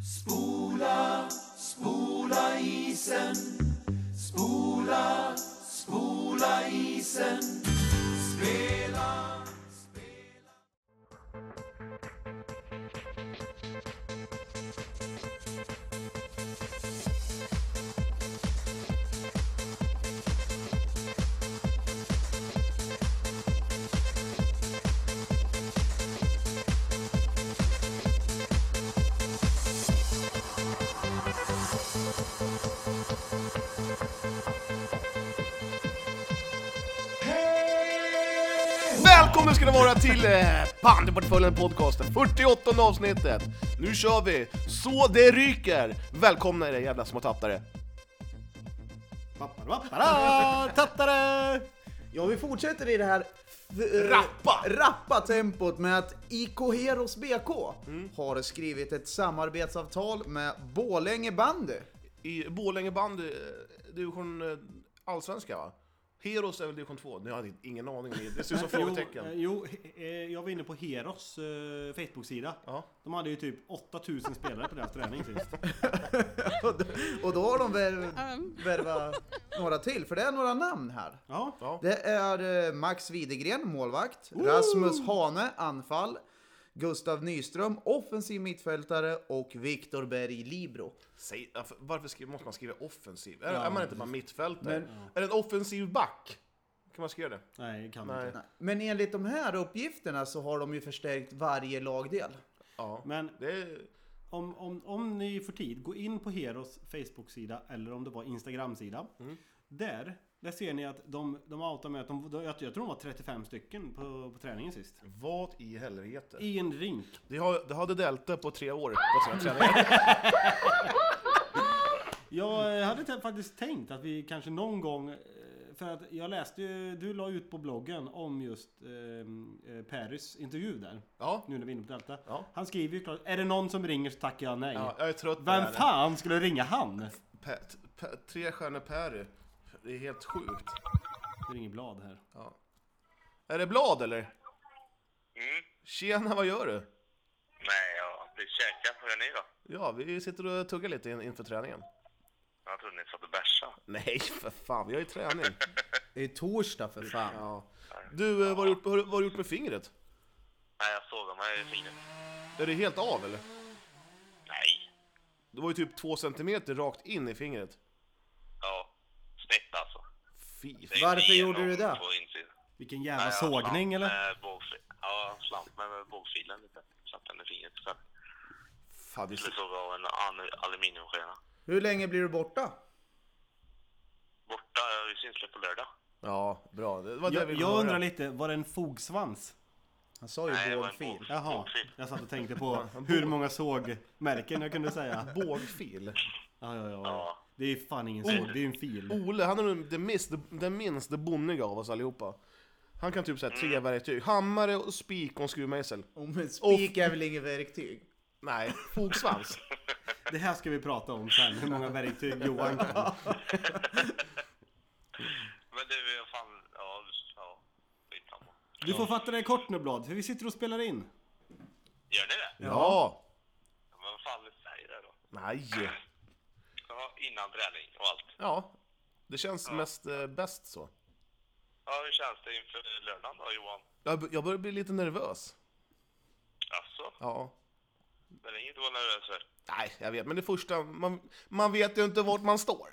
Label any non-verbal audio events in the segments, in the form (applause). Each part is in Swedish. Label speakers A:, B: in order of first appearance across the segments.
A: Spola, spola isen. Spola, spola isen. Spela, spela.
B: Välkommen ska ni vara till eh, Bandyportföljen podcasten, 48 avsnittet. Nu kör vi, så det ryker. Välkomna era jävla små tattare.
C: Pappadabappada, Tattare! Ja, vi fortsätter i det här th-
B: Rappa.
C: eh, rappa tempot med att IK Heroes BK har skrivit ett samarbetsavtal med Borlänge bandy.
B: I Borlänge bandy, eh, division eh, allsvenska va? Heroes är väl division 2? Nu har jag ingen aning, om det Det ser ut som frågetecken.
D: Jo, eh, jo, eh, jag var inne på Heros eh, Facebook-sida.
B: Ja.
D: De hade ju typ 8000 spelare på deras träning sist.
C: Och d- Och då har de värv, värvat några till, för det är några namn här.
D: Ja.
B: Ja.
C: Det är eh, Max Widegren, målvakt. Rasmus Hane, anfall. Gustav Nyström, offensiv mittfältare. Och Viktor Berg, libero.
B: Säg, varför- varför skri- måste man skriva offensiv? Är, är man inte bara mittfältare? Är det en offensiv back? Kan man skriva det?
D: Nej, kan
B: Nej.
D: inte.
C: Men enligt de här uppgifterna så har de ju förstärkt varje lagdel.
B: Ja.
D: Men
B: Det är,
D: om, om, om ni får tid, gå in på Heros Facebook-sida eller om det var Instagram-sida.
B: Mm.
D: Där, där ser ni att de, de outar med att de, de- jag, jag tror de var 35 stycken på, på träningen sist.
B: vad i helvete?
D: I en rink.
B: Det, har, det hade Delta på tre år på sina träningar.
D: Jag eh, hade t- faktiskt tänkt att vi kanske någon gång eh, för att jag läste ju, du la ut på bloggen om just eh, eh, Paris intervju där.
B: Ja.
D: Nu när vi är inne på Delta.
B: Ja.
D: Han skriver ju klart, är det någon som ringer så tackar jag nej.
B: Ja, jag är trött på det
D: Vem
B: här.
D: fan skulle ringa han?
B: Pe- pe- tre stjärnor Perry. Det är helt sjukt.
D: Det ringer Blad här.
B: Är det Blad eller?
E: Mm.
B: Tjena, vad gör du?
E: Nej, jag blir käkad. Hur är ni då?
B: Ja, vi sitter och tuggar lite in, inför träningen.
E: Jag trodde ni satt och bärsade.
B: Nej, för fan, vi har ju träning.
C: Det är torsdag för fan.
B: Ja. Du, eh, vad har du gjort, vad har du- vad har du gjort med fingret?
E: Nej, jag såg mig i fingret.
B: Är det helt av eller?
E: Nej.
B: Det var ju typ två centimeter rakt in i fingret.
E: Ja, snett alltså.
B: Fy
E: Det är
B: fan.
C: Varför
E: inte
C: gjorde
E: genom
C: du det?
E: på insidan.
D: Vilken jävla
E: Nej, jag
D: sågning
E: slant
D: eller?
E: med bågfi- Ja, jag slant med bågfilen lite. Satt den i fingret själv.
B: fan det är
E: Skulle
B: så-
E: såga av en an- aluminiumskena.
C: Hur länge blir du borta?
E: Borta, jag är ju synslig på lördag.
B: ja, bra. Det var det vi
D: Jag,
B: ville
D: jag undrar
B: höra.
D: lite, var det en fogsvans?
C: Han sa
E: Nej,
C: ju
E: det var en
C: boardfil.
E: bågfil.
D: Jaha,
E: Bågfil.
D: jag satt och
B: (laughs)
D: tänkte på hur många sågmärken jag kunde säga.
B: Bågfil.
D: Ja, ja, ja.
E: Ja.
D: Det är fan ingen såg, det är ju en fil.
B: Ole, han är nog den minst, den minst bonniga av oss allihopa. Han kan typ säga tre verktyg. Hammare, och spik och en skruvmejsel.
C: Om en spik är väl inget verktyg?
B: Nej, (laughs) fogsvans.
D: Det här ska vi prata om sen, hur många verktyg Johan kan.
E: Men du, jag fan... Ja, ja. Skitsamma.
D: Du får fatta dig kort nu Blad, för vi sitter och spelar in.
E: Gör ni det?
B: Ja.
E: Men vad fan, säg det då.
B: Nej.
E: Ja, innan träning och allt.
B: Ja. Det känns mest eh, bäst så.
E: Ja, hur känns det inför lördagen då, Johan?
B: Jag, jag börjar bli lite nervös.
E: Alltså,
B: Ja.
E: det är inget att vara nervös för.
B: Nej, jag vet. Men det första, man, man vet ju inte vart man står.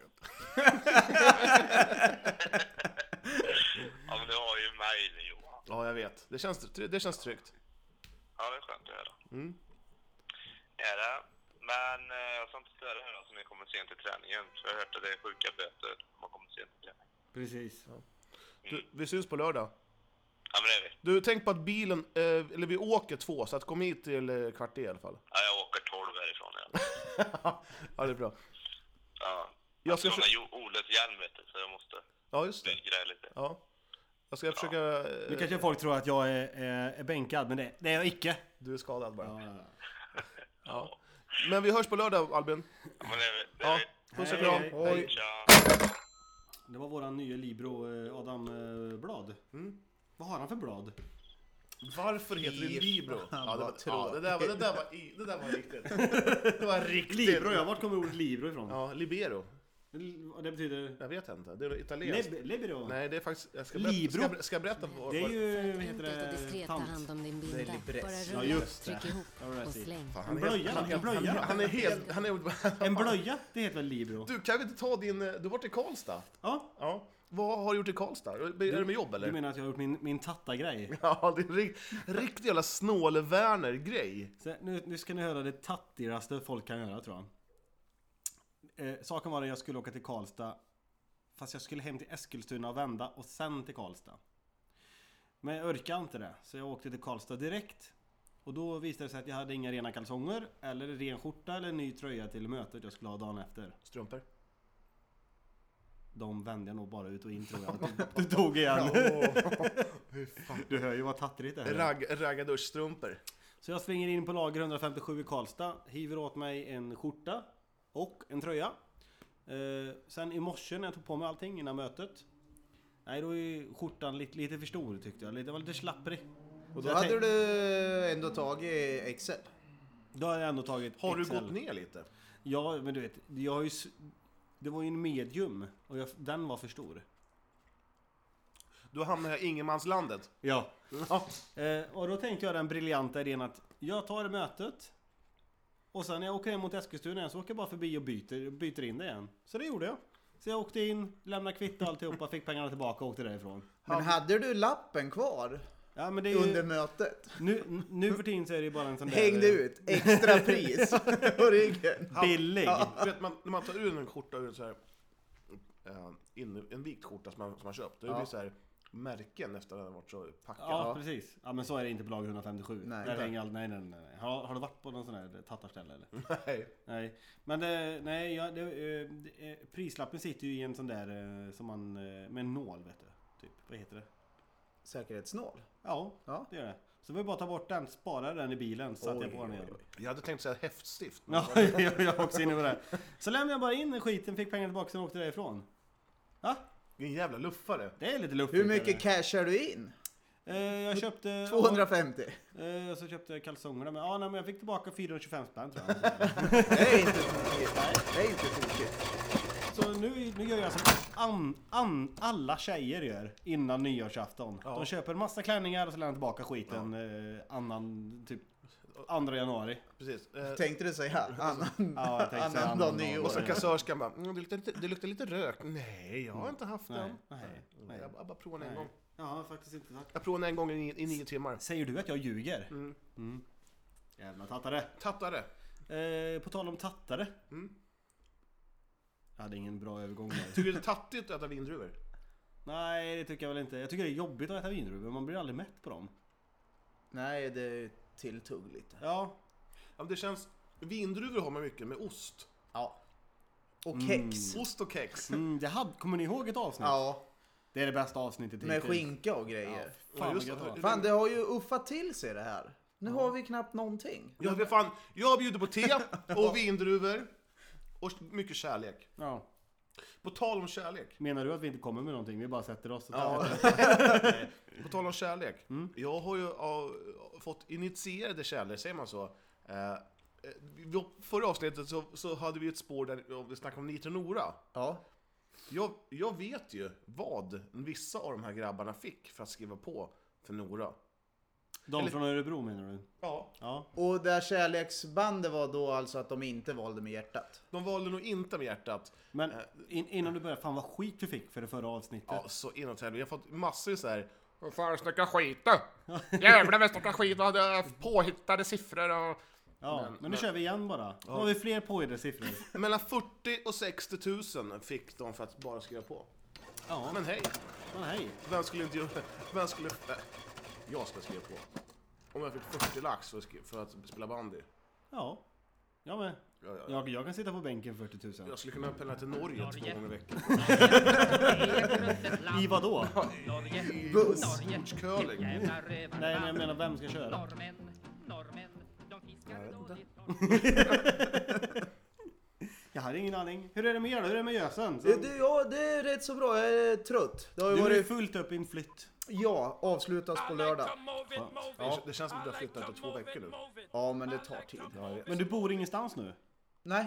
E: Ja, men du har ju mig nu Johan.
B: Ja, jag vet. Det känns, tr- det känns tryggt.
E: Ja, det är skönt att höra. Är det. Men eh, jag ska inte störa er alltså, ni kommer sent till träningen. För jag har hört att det är sjuka böter om man kommer sent till träningen.
D: Precis.
B: Du, vi syns på lördag.
E: Ja, men det är vi.
B: Du, tänk på att bilen, eh, eller vi åker två, så att kom hit till eh, kvart i i alla fall.
E: Ja, jag åker 12 härifrån. Ja.
B: (laughs) Ja, det är bra.
E: Ja.
B: Jag
E: Jag
B: ska
E: ska...
B: för-
E: Jo, Oles hjälm vet du, så jag måste
B: Ja, just det.
E: greja lite.
B: Ja. Jag ska försöka...
D: Nu
B: Eh,
D: kanske folk tror att jag är, är, är bänkad, men det, det är jag icke.
B: du är skadad bara.
D: Ja.
B: Ja. Men vi hörs på lördag, Albin.
E: Ja, men det är vi. Det är
B: Ja.
E: vi.
B: Puss och
D: Hej,
B: kram.
D: hej.
C: Oj,
E: Tja.
D: Mm. Det var våran nya Libro eh, Adam eh, Blad. Vad har han för blad?
B: Varför heter det
C: Fy
B: Libro?
C: fan,
B: (laughs) Ja, det, var, ja,
C: vad
B: det, där, var- det, där var, i- det där var
D: (laughs)
B: riktigt. Det var riktigt.
D: Libro, ja. Vart kommer ordet libro ifrån?
B: Ja, Libero.
D: Li- Det betyder...
B: Jag vet inte. Det är väl italienskt?
D: Leb- Libero?
B: Nej, det är faktiskt... Jag ska berätta,
D: Libro?
B: Ska, jag ber- ska jag berätta vad...
D: Det är
B: vad-
D: ju... Vad
F: För att
D: heter
F: enkelt och
D: det?
F: diskret ta hand
D: Tant.
F: om din
C: Det är
F: binda.
C: libress.
F: Bara
D: Ja,
F: rulla,
D: just
F: tryck ihop
D: Ja, right,
F: och
D: see.
F: släng.
B: Fan, han
D: En
B: är-
D: blöja
B: han-
D: då? En blöja då?
B: Han är
D: (laughs)
B: helt... Han är,
D: En blöja, det heter väl libro?
B: du, kan vi inte ta din... eh, Du har varit i Karlstad?
D: Ja.
B: Ja. Vad har du gjort i Karlstad? Är det med jobb eller?
D: Du menar att jag har gjort min, min tatta-grej?
B: Ja, det är en rikt, riktig jävla snål-Werner-grej.
D: Så Nu, nu ska ni höra det tattigaste folk kan göra tror jag. Eh, saken var att jag skulle åka till Karlstad. Fast jag skulle hem till Eskilstuna och vända och sen till Karlstad. Men jag orkade inte det. Så jag åkte till Karlstad direkt. Och då visade det sig att jag hade inga rena kalsonger. Eller ren skjorta eller en ny tröja till mötet jag skulle ha dagen efter.
B: Strumpor.
D: De vände jag nog bara ut och in tror jag. Du tog igen. (laughs) Du hör ju vad tattrigt det här är.
B: Ragg, raggarduschstrumpor.
D: Så jag svänger in på lager 157 i Karlstad, hiver åt mig en skjorta och en tröja. Eh, sen i morse när jag tog på mig allting innan mötet. Nej, då är skjortan lite, lite för stor tyckte jag. Lite- Den var lite slapprig.
C: Och
D: Så
C: då
D: jag
C: hade
D: tänk-
C: du ändå tagit Excel.
D: Då har jag ändå tagit
B: Har du
D: XL.
B: gått ner lite?
D: Ja, men du vet. Jag har ju, s- det var ju en medium och jag, den var för stor.
B: Du hamnar i ingenmanslandet.
D: Ja.
B: Ja.
D: Eh, och då tänkte jag den briljanta idén att jag tar mötet och sen när jag åker hem mot Eskilstuna igen så åker jag bara förbi och byter, byter in det igen. Så det gjorde jag. Så jag åkte in, lämnade kvitto och alltihopa, fick pengarna tillbaka och åkte därifrån.
C: Men hade du lappen kvar
D: Ja men det är
C: under
D: ju,
C: mötet?
D: nu, nu för tiden så är det ju bara en sån där...
C: Hängde
D: eh,
C: ut
D: (laughs)
C: extra pris på ryggen.
D: Billig!
B: Du vet, man, när man tar ur en skjorta ur så här, eh, in, en vikt skjorta som man, som man köpt, då blir det så här märken efter att den har varit så packad.
D: Ja, precis. Ja men så är det inte på lager 157.
C: Nej.
D: Där hänger all... nej, nej, nej, nej. Har, har du varit på någon sån här tattarställe eller?
B: (laughs) Nej.
D: Nej, men det, nej, jag, det, eh, det, eh, prislappen sitter ju i en sån där eh, som man, eh, med en nål vet du. Typ, vad heter det?
C: Säkerhetsnål.
D: Ja,
C: Ja.
D: det gör det. Så vi bara ta bort den, spara den i bilen, så satte jag på den igen.
B: Jag hade tänkt säga häftstift. men-
D: (laughs) Ja, jag jag var också inne på det. Så lämnade jag bara in skiten, fick pengarna tillbaka och åkte därifrån. Ja,
B: Vilken jävla luffare.
D: det är lite luftigt.
C: Hur mycket
D: är
C: cashar du in?
D: det. Eh, Jag
C: (laughs)
D: köpte... (laughs)
C: 250.
D: ja, eh, Så köpte jag kalsongerna med. Ja, nej, men jag fick tillbaka 425 spänn tror jag.
C: Det är inte tokigt. Det är inte tokigt.
D: Så nu, nu gör jag som an, an, alla tjejer gör innan nyårsafton. De köper massa klänningar och så lämnar de tillbaka skiten eh, annan, typ 2 januari.
B: Precis. Eh,
C: Tänkte du säga här? Annan,
D: Ja, jag tänkte säga
C: annan dag
D: annan dag.
C: nyår.
B: och så kassörskan bara, mm, det, luktar lite, det luktar lite rök. Nej, jag har inte haft
D: Nej,
B: den.
D: nej, nej.
B: Jag, jag bara provade en
D: Nej.
B: gång.
D: Ja, har faktiskt inte sagt.
B: Jag provade en gång i, nio- i nio timmar.
D: Säger du att jag ljuger? Mm. Jävla tattare.
B: Tattare.
D: Eh, på tal om tattare. Jag hade ingen bra övergång där. (laughs)
B: Tycker du det är tattigt att äta vindruvor?
D: Nej, det tycker jag väl inte. Jag tycker det är jobbigt att äta vindruvor. Man blir aldrig mätt på dem.
C: Nej, det är tilltugg lite.
D: Ja,
B: Ja, men det känns... Vindruvor har man mycket med ost.
C: Ja. Och kex.
B: Ost och kex.
D: mm, det hade, kommer ni ihåg ett avsnitt?
C: Ja,
D: Det är det bästa avsnittet
C: med
D: hittills.
C: skinka och
D: Ja,
C: grejer.
D: fan
B: just
D: vad gött
B: det.
D: det var.
C: Fan, det har ju uffat till sig det här. Nu har vi knappt någonting.
B: Jag, vet fan, jag bjuder på te och vindruvor. Och mycket kärlek.
D: ja.
B: På tal om kärlek.
D: Menar du att vi inte kommer med någonting? Vi bara sätter oss och
C: Ja.
D: tar
B: På tal om kärlek. Jag har ju ja, fått initierade kärlek, säger man så? Eh, eh, vi- förra avsnittet så, så hade vi ett spår där vi snackade om Nitro Nora.
C: Ja.
B: Jag, jag vet ju vad vissa av de här grabbarna fick för att skriva på för Nora.
D: De från Örebro menar du?
B: Ja.
D: Ja.
C: Och där kärleksbandet var då alltså att de inte valde med hjärtat.
B: De valde nog inte med hjärtat.
D: Men in, innan du börjar, fan vad skit du fick för det förra avsnittet.
B: Ja, så inåt helvete. Jag har fått massor så här. Vad fan snackar skit då? Jävlar vad snackar skit. Vad hade påhittade siffror och...
D: Ja, men, nu kör vi igen bara. Då har vi fler påhittade (laughs) siffror.
B: Mellan 40 och 60 000 fick de för att bara skriva på.
D: Ja, men,
B: Men hej,
D: men hej.
B: vem skulle inte göra... Vem skulle... Äh, jag ska skriva på. Om jag fick 40 lax för att, skri- för att spela bandy.
D: Ja, jag med.
B: Jag, jag,
D: Jag, jag kan sitta på bänken 40 000.
B: jag skulle kunna pendla till Norge två gånger i veckan.
D: I (laughs) vadå?
C: Buss.
B: Ortscurling.
G: Nej,
D: Nej, men jag menar vem ska köra?
G: Norrmän, norrmän, de fiskar dåligt.
D: Jag hade ingen aning. Hur är det med er då? Hur är det med gösen? Så,
C: Du, ja, det är rätt så bra. Jag är trött. Det har ju
D: du är
C: varit...
D: fullt upp i en flytt.
C: Ja, avslutas på lördag.
B: Det, det känns som att du har flyttat till två veckor nu.
C: Ja, men det tar tid.
D: Men du bor ingenstans nu?
C: Nej.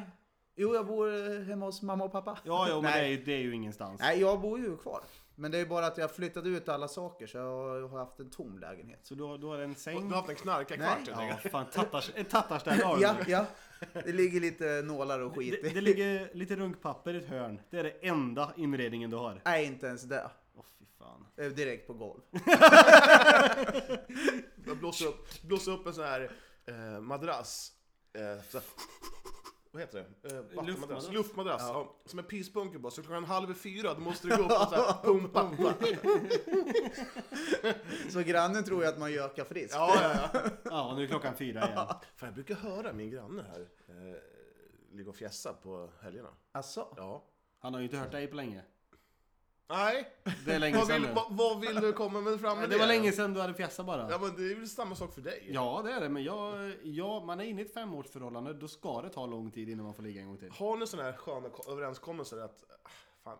C: Jo, jag bor eh, hemma hos mamma och pappa.
D: Ja, ja men det är,
C: Nej.
D: ju- det är ju ingenstans.
C: Nej, jag bor ju kvar. Men det är bara att jag har flyttat ut alla saker så jag har haft en tom lägenhet.
D: Så du har, du har en
B: Du
D: säng?
B: har haft en knarkarkvart helt
D: Ja,
B: enkelt.
D: fan. tattars- Ett tattarställe har du
C: Ja,
D: nu.
C: ja. Det ligger lite nålar och skit
D: Det,
C: i.
D: det ligger lite runkpapper i ett hörn. Det är det enda inredningen du har.
C: Nej, inte ens det.
D: Åh fy fan.
C: Eh, Direkt på golv.
B: Jag blåser upp, blåser upp en sån här eh, madrass. Eh, så, vad heter det? Eh, vattenmadrass.
D: Luftmadrass.
B: Luftmadrass. Ja. som en pyspunker bara. Så klockan halv fyra då måste du gå upp och så här, pumpa.
C: Så grannen tror ju att man gökar friskt.
B: Ja, ja, ja.
D: Ja, nu är klockan fyra igen.
B: Fan, jag brukar höra min granne här eh, ligga och fjässa på helgerna.
C: Alltså,
B: Ja.
D: Han har ju inte hört dig på länge.
B: Nej,
D: Det är länge
B: vad
D: sedan
B: vill,
D: nu.
B: vad, vad vill du komma med fram med
D: Det var länge sedan du hade fjässat bara.
B: Ja, men det är väl samma sak för dig?
D: Ja, det är det. Men jag, jag, man är inne i ett femårsförhållande, då ska det ta lång tid innan man får ligga en gång till.
B: Har ni sådana här sköna ko- överenskommelser att ah, fan,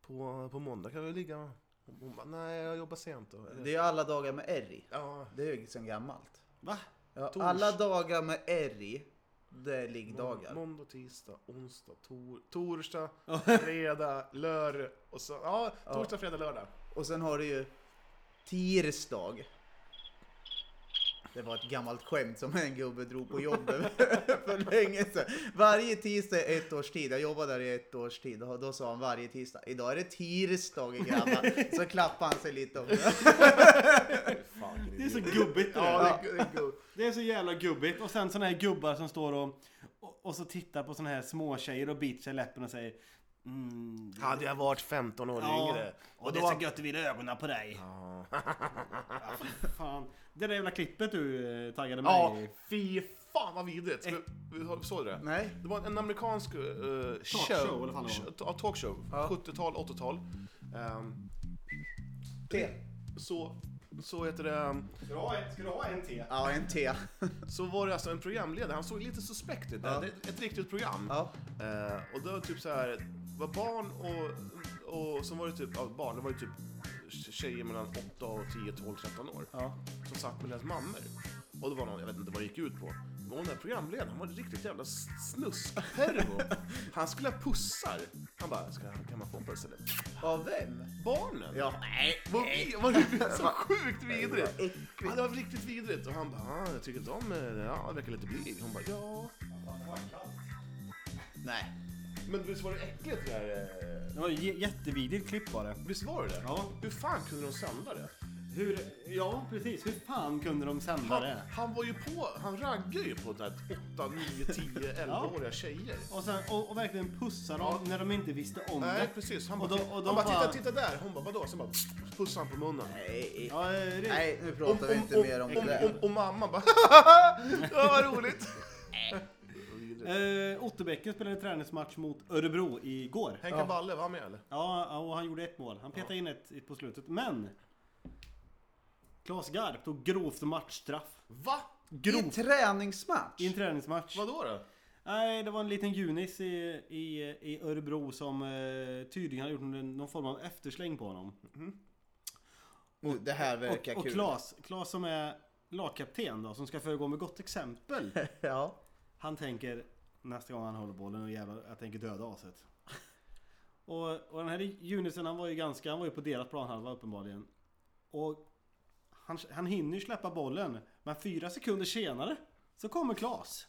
B: på, på måndag kan vi ligga? Hon- Hon bara, nej jag jobbar sent då. Eller,
C: det är ju alla dagar med R i.
B: Ja,
C: Det är ju sen gammalt.
D: Va?
C: Ja, alla dagar med R i, det är liggdagar.
B: måndag, tisdag, onsdag, tor torsdag,
D: (laughs)
B: fredag, lördag och så, ja, torsdag, fredag, lördag.
C: Och sen har du ju tirsdag. Det var ett gammalt skämt som en gubbe drog
B: (laughs)
C: på jobbet för länge sedan. Varje tisdag i ett års tid, jag jobbade där i ett års tid, och då sa han varje tisdag, idag är det tirsdag grabbar. Så klappade han sig lite om det.
B: Fan,
D: Det är så gubbigt det där.
B: Ja, det är, det är gud.
D: Det är så jävla gubbigt. Och sen såna här gubbar som står och, och, och så tittar på såna här små tjejer och biter sig i läppen och säger mm,
B: Hade jag varit 15 år yngre.
D: och, det är så gött att vila i ögonen på dig. Ja, fy fan. Det där jävla klippet du eh, taggade mig
B: Ja,
D: i.
B: fy fan vad vidrigt. Ska vi- Såg du det?
C: Nej.
B: Det var en amerikansk uh,
D: Talkshow, eller vad fan det var.
B: Ja, talkshow. 70-tal, 80-tal. Ehm,
C: Te.
B: så, så heter det...
D: Ska du ha en, ska du ha en till?
C: Ja, en te.
B: Så var det alltså en programledare, han såg lite suspekt ut. Det
C: Ja.
B: är Ett riktigt program.
C: Ja.
B: Eh, och då var det typ så här, det var barn och, och sen var det typ, ja, barn, det var ju typ tjejer mellan 8 och 10, 12, 13 år.
D: Ja.
B: Som satt med deras mammor. Och det var någon, jag vet inte vad det gick ut på. Men hon där programledaren, han var en riktigt jävla s- snuskpervo. Han skulle ha pussar. Han bara, ska, kan man få en puss eller?
C: Av vem?
B: Barnen?
C: Ja.
B: (laughs) Vad vi- Var det så sjukt vidrigt?
C: Äckligt.
B: Ja, det var riktigt vidrigt. Och han bara, ah, jag tycker inte om det. Ja, han verkar lite blyg. Hon bara, ja.
C: Nej.
B: Men visst var det äckligt det där? eh?
D: Det var ett j- jättevidigt klipp var det.
B: Visst var det det?
D: Ja.
B: Hur fan kunde de sända det?
D: Hur, ja precis, hur fan kunde de sända
B: Han,
D: det?
B: han var ju på, han raggade ju på där 8, 9, 10, 11-åriga tjejer.
D: Och, sen, och, och verkligen pussa dem när de inte visste om
B: Nej
D: det.
B: precis, han
D: Och
B: bara,
D: de- och de
B: han bara
D: bara-
B: titta, titta där! Hon bara, vadå? Sen bara, pussade han på munnen.
C: Nej.
D: Ja, eh, det är-
C: Nej, nu pratar vi inte mer om det
B: och,
C: där.
B: och, och mamma bara, (laughs) ja, vad roligt!
D: Eh, Otterbäcken spelade träningsmatch mot Örebro igår.
B: Henke Balle, var han med eller?
D: Ja, och han gjorde ett mål. Han petade in ett ett på slutet. Men! Claes Garp tog grovt matchstraff.
B: Va?
C: I
D: Grovt!
C: träningsmatch?
D: I en träningsmatch.
B: Vadå då?
D: Nej, det var en liten Junis i, i, i Örebro som eh, tydligen hade gjort någon, någon form av eftersläng på honom.
C: Nu, Oh, Det här
D: Och,
C: verkar
D: och
C: kul.
D: Claes, Claes som är lagkapten då, som ska föregå med gott exempel.
C: (laughs) Ja.
D: Han tänker nästa gång han håller bollen och jävlar, jag tänker döda aset. (laughs) Och, och den här Junisen han var ju ganska, han var ju på deras planhalva uppenbarligen. Och han, han hinner ju släppa bollen, men fyra sekunder senare så kommer Klas.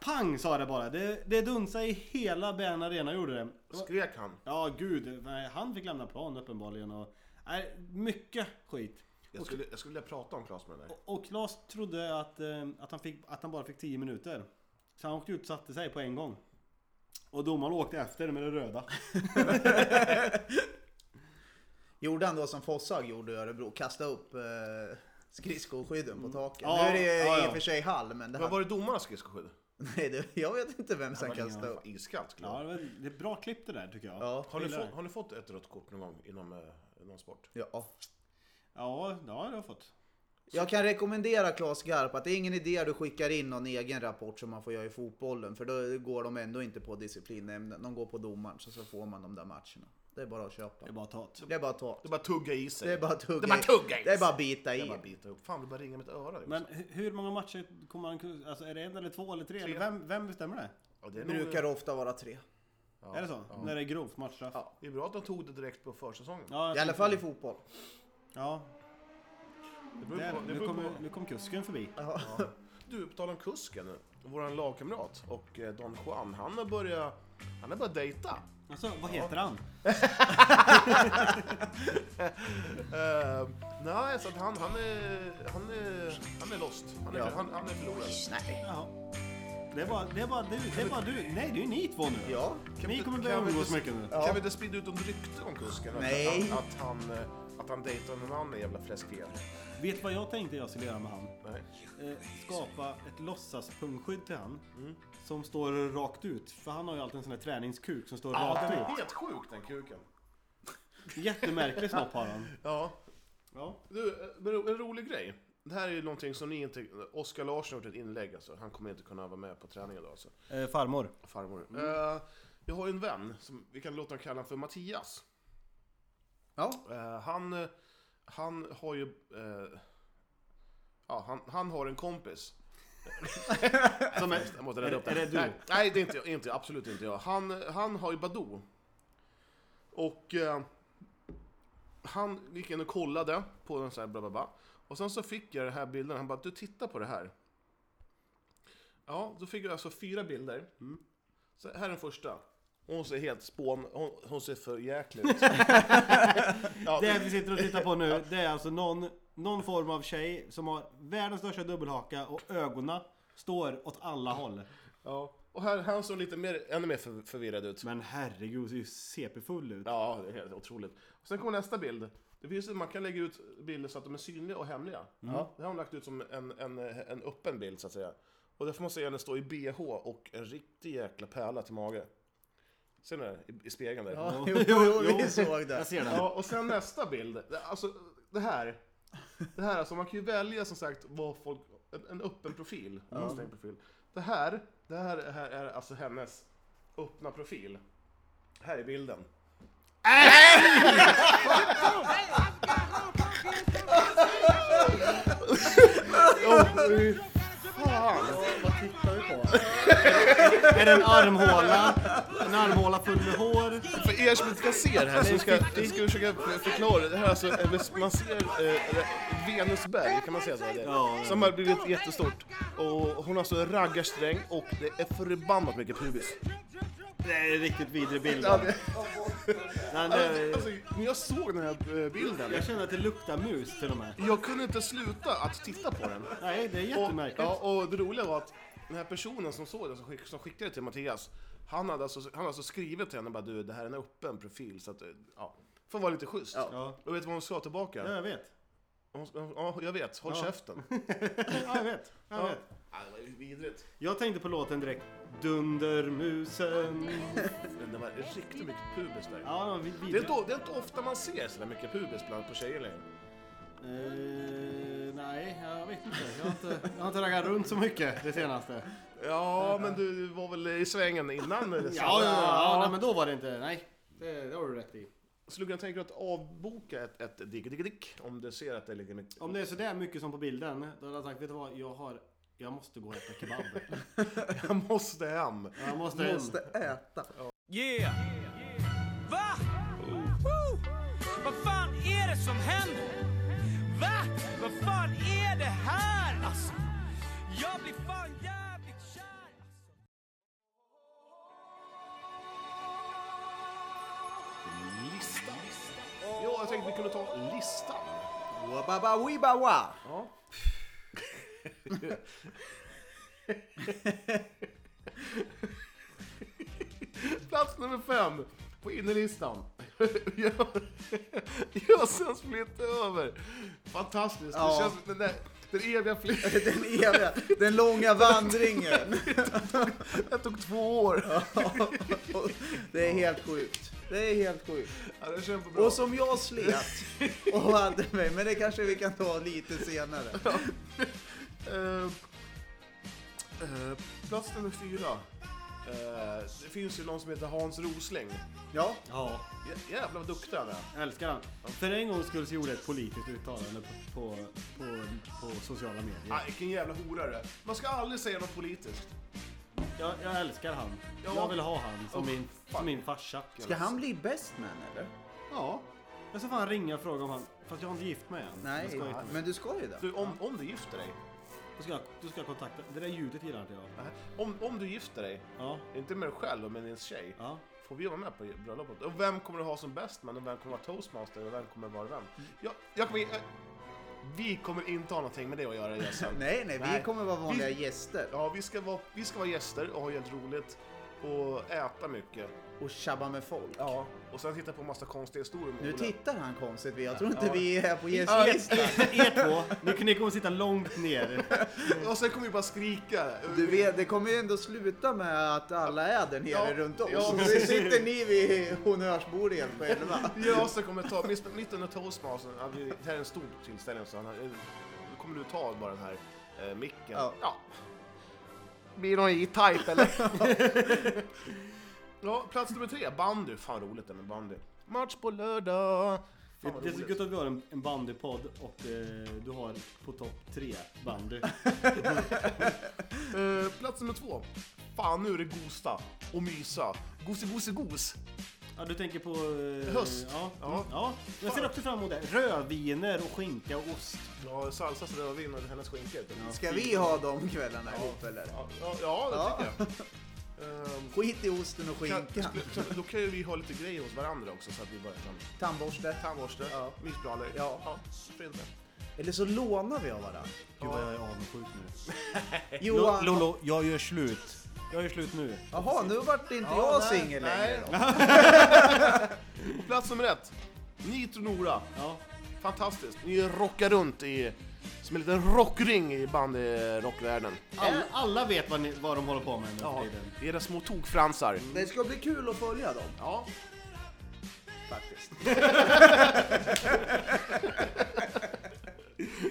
D: Pang sa det bara, det, det dunsade i hela Bern Arena gjorde det. det var,
B: Skrek han.
D: ja gud, nej, han fick lämna plan uppenbarligen och nej, mycket skit.
B: Jag skulle, jag skulle vilja prata om Claes med dig.
D: Och- Och Klas trodde att, eh, att, han fick, att han bara fick 10 minuter. Så han åkte ut och satte sig på en gång. Och domaren åkte efter med det röda.
C: Gjorde han då som Fossag gjorde i Örebro, kasta upp eh, skridskoskydden på taket.
D: Mm. Ja,
C: nu är det
D: ja,
C: i
D: ja.
C: och för sig hall, men det
B: Men
C: här,
B: var det domarnas skridskoskydd?
C: (laughs) nej, det, jag vet inte vem som kastade upp.
B: Fan, Iskallt
D: Ja,
B: klart.
D: det, var, det är bra klipp det där tycker jag.
C: Ja.
B: Har ni,
D: Gillar
B: få,
D: det.
B: har ni fått ett rött kort någon gång inom eh, någon sport?
C: Ja.
D: Ja, ja, det har jag fått.
C: Jag kan rekommendera Claes Garp att det är ingen idé att du skickar in någon egen rapport som man får göra i fotbollen, för då går de ändå inte på disciplinnämnden. De går på domaren, så, så får man de där matcherna. Det är bara att köpa.
D: Det är bara att ta ett.
C: Det är bara att ta.
B: Det är bara att tugga i sig.
C: Det är bara att tugga
B: Det är bara
C: i.
B: att tugga i
C: Det är bara
B: sig.
C: att bita
B: Det är
C: i.
B: bara att bita ihop. Fan, det börjar ringa mitt öra. liksom. Det
D: Men
B: också.
D: hu- hur många matcher kommer man kunna... Alltså är det en eller två eller tre?
B: Tre.
D: Eller vem, vem bestämmer det?
B: Ja, det
C: Det
B: är nog-
C: brukar ofta vara tre.
B: Ja,
D: är det så?
B: Ja.
D: När det är grovt matchstraff?
C: Ja.
B: Det är bra att de tog det direkt på försäsongen.
D: Ja,
C: I alla
D: jag-
C: fall i fotboll.
D: Ja.
B: Det beror
D: Där,
B: på- det
D: nu,
B: beror på-
D: kommer nu kom kusken förbi.
C: Ja.
B: Du, på tal om kusken. Vår lagkamrat och eh, Don Juan, han har börjat... Han har börjat dejta.
D: Alltså, vad heter han?
B: Eh, nej, så att han, han är... Han är... Han är lost. Han är,
C: Ja.
B: han, han är förlorad.
C: Nej.
D: Jaha. Det är bara, det är bara du, det är bara du. Nej, det är ju ni två nu.
C: Ja.
D: Ni kommer
B: kan
D: börja
B: vi
D: umgås
B: inte-
D: mycket nu.
C: Ja.
B: Kan vi inte sprida ut något rykte om kusken?
C: Nej.
B: Att, att, han, eh, att han dejtar någon annan jävla fläskfel.
D: Vet du vad jag tänkte jag skulle göra med han?
B: Nej.
D: Eh, skapa ett låtsas pungskydd till han. Som står rakt ut. För han har ju alltid en sån här träningskuk som står
B: Ja, den
D: rakt
B: är
D: ut.
B: helt sjuk den kuken.
D: Jättemärklig snopp har han.
B: Ja.
D: Ja.
B: Du, eh, men en rolig grej. Det här är ju någonting som ni inte... Oskar Larsson har gjort ett inlägg alltså. Han kommer inte kunna vara med på träningen idag alltså.
D: Eh, farmor.
B: Farmor.
D: Mm.
B: Eh, jag har ju en vän, som vi kan låta honom kalla honom för Mattias.
C: Ja.
B: Eh, han, eh, han har ju... eh, ja, han, han har en
D: (laughs)
B: kompis. Som är, jag måste rädda upp
D: Är det- är det du?
B: Nej, nej, det är inte, jag- inte jag, absolut inte jag. Han, han har ju Badoo. Och eh, han gick in och kollade på den så här bla bla bla. Och sen så fick jag den här bilden, han bara du titta på det här. Ja, då fick jag alltså fyra bilder. Så här är den första. Hon ser helt spån, hon, hon ser för jäklig ut. ja,
D: Det vi sitter och tittar på nu, det är alltså någon, någon form av tjej som har världens största dubbelhaka och ögonen står åt alla håll.
B: ja. Och här, han såg lite mer, ännu mer för, förvirrad ut.
D: Men herregud, hon ser ju CP-full ut.
B: Ja, det är helt otroligt. Och sen kommer nästa bild. Det finns, man kan lägga ut bilder så att de är synliga och hemliga. Ja, det har hon lagt ut som en, en, en öppen bild så att säga. Och där får man se henne stå i bh och en riktig jäkla pärla till mage. Ser ni det? I, i spegeln där.
C: ja. Jo, jo, vi såg det.
D: Jag ser det.
B: Ja, och sen nästa bild. Det- Alltså, det här. Det här alltså, man kan ju välja som sagt vad folk... En, en öppen profil. En stängd profil. Det här, det här, det här är alltså hennes öppna profil. Här är bilden. Åh, fy fan!
C: Vad tittar vi på?
D: Är det en armhåla? En armhåla full med hår?
B: För er som inte kan se det här så ska jag ska försöka förklara. Det här är alltså, eh, man ser eh, Venusberg, kan man säga så? Eller?
D: Ja.
B: Som har blivit jättestort. Och hon har så en raggarsträng och det är förbannat mycket pubis.
D: Det är en riktigt vidrig bild.
B: Ja, det-
D: Den, eh,
B: Alltså, när jag såg den här eh, bilden,
D: jag känner att det luktar mus till och med.
B: jag kunde inte sluta att titta på den.
D: Nej, det är
B: Och,
D: jättemärkligt.
B: ja, och det roliga var att den här personen som såg det, som, skick, som skickade det till Mattias, han hade alltså, han hade alltså skrivit till henne bara du, det här är en öppen profil så att, eh, ja, får vara lite schysst.
D: Ja.
B: Och vet du vad hon sa tillbaka?
D: Ja, jag vet.
B: Hon- hon- Ja, jag vet. Håll
D: Ja.
B: (laughs) käften.
D: Ja, jag vet. Jag
B: Ja.
D: vet.
B: Ja, det var ju vidrigt.
D: Jag tänkte på låten direkt. Dundermusen.
B: Men det var riktigt mycket pubis där.
D: Ja, den var
B: Det, är
D: vidrig.
B: inte, o- det är inte ofta man ser så där mycket pubis bland på tjejer längre.
D: Eh, nej, jag vet inte. Jag har inte, jag har inte raggat runt så mycket det senaste.
B: Ja, men du var väl i svängen innan? Eller (laughs) så?
D: Ja, ja, ja. Nej, men då var det inte. Nej, det, det har du rätt i.
B: Skulle du kunna tänka dig att avboka ett, ett digg, digg, digg om du ser att det ligger mycket...
D: Om det är sådär mycket som på bilden, då hade jag sagt, vet du vad? Jag har... Jag måste gå och äta kebab.
B: (laughs) Jag måste hem!
D: Jag måste hem.
C: Måste äta.
F: Yeah! Va? Woo! Vad fan är det som händer? Va? Vad fan är det här alltså? Jag blir fan jävligt kär! alltså.
B: Listan! Ja, jag tänkte vi kunde ta listan.
C: Wababa wiba wa.
B: Ja. Plats nummer fem på innerlistan. (laughs) Jösses flytt över. Fantastiskt.
C: Ja.
B: Det känns, den, där, den eviga flytten.
C: Den eviga, den långa vandringen. (laughs)
B: Det tog två år. Ja.
C: Det är helt sjukt. Det är helt sjukt.
B: det känns bra.
C: Och som jag slet och hade mig, men det kanske vi kan ta lite senare.
B: Eh, eh, plats nummer fyra. Eh, det finns ju någon som heter Hans Rosling.
C: Ja,
D: Ja,
B: Jä- Jävlar vad duktig han är.
D: jag älskar han. För en gångs skull så gjorde jag ett politiskt uttalande på, på, på, på sociala medier.
B: Ah, vilken jävla horare. Man ska aldrig säga något politiskt.
D: Jag, jag älskar han.
B: Ja.
D: Jag vill ha han som
B: Oh,
D: min,
B: fuck.
D: som min farsa.
C: ska han bli best man eller?
D: Ja. Jag ska fan ringa och fråga om han... Fast jag har inte gift mig än. Jag
C: Nej,
D: ska gifta mig.
C: men du ska ju det.
B: Du, om, om du gifter dig.
D: Då ska jag, då ska jag kontakta... Det där ljudet gillar inte jag.
B: Nej. Om, om du gifter dig,
D: Ja.
B: inte med dig själv men med din tjej.
D: Ja.
B: Får vi vara med på bröllopet? Och vem kommer du ha som bäst man? Och vem kommer vara toastmaster? Och vem kommer vara vem? Jag, jag kommer, jag, vi kommer inte ha någonting med det att göra Jesse.
C: (laughs) Nej, nej, vi
B: Nej.
C: kommer vara vanliga
B: Vi-
C: gäster
B: Ja, vi ska, vara, vi ska vara gäster och ha helt roligt och äta mycket.
C: och tjabba med folk.
B: Ja. Och sen titta på massa konstiga historier med
C: Nu
B: Ola.
C: tittar han konstigt. Jag tror inte vi är här på
D: Ja,
C: gästlistan.
D: er två, ni, ni kommer sitta långt ner.
B: Och sen kommer vi bara skrika.
C: Du vet, det kommer ju ändå sluta med att alla är där nere
B: Ja,
C: runt oss.
B: ja,
C: så
B: precis.
C: sitter ni vid honnörsbordet helt själva.
B: Ja, sen kommer jag ta, mitt- mitt under toastmastern, ja, det här är en stor tillställning, så han, har- då kommer du ta bara den här eh, micken.
C: Ja.
B: Blir det någon E-Type eller? (laughs) ja, plats nummer tre, bandy. Fan roligt det med bandy. Match på lördag. Fan vad
D: Det är så
B: roligt.
D: gött att vi har en, en bandypodd och eh, du har på topp tre bandy.
B: Eh, plats nummer två. Fan nu är det gosta och mysa. Gose, gose, gos.
D: Ja, du tänker på... Eh,
B: Höst.
D: Ja,
B: Ja.
D: ja. ja. Jag ser också fram emot det. Rödviner och skinka och ost.
B: Ja, Salsas rödvin och hennes skinka. ute.
C: Ska vi ha de kvällarna ihop eller?
B: Ja, ja, ja, det
C: Ja.
B: tycker jag. Ehm,
C: Skit i osten och
B: Kan,
C: skinkan.
B: skulle- då kan ju vi ha lite grejer hos varandra också så att vi bara kan...
C: Tandborste.
B: Tandborste, ja. missbrallor.
C: Ja.
B: ja fint det.
C: Eller så lånar vi av varandra.
D: Gud vad jag är avundsjuk
C: (laughs)
D: nu.
C: Johan.
D: Lolo, jag gör slut. Jag gör slut nu.
C: Jaha, nu vart det inte
B: Ja,
C: jag
B: nej,
C: singel
B: nej.
C: längre då.
B: Plats nummer ett. Nitro Nora.
D: Ja.
B: Fantastiskt. Ni rockar runt i... Som en liten rockring i bandyrockvärlden.
D: Alla, alla vet vad, ni, vad de håller på med nu för
B: Ja,
D: tiden.
B: era små tokfransar.
C: Mm. Det ska bli kul att följa dem
B: Ja.
C: faktiskt.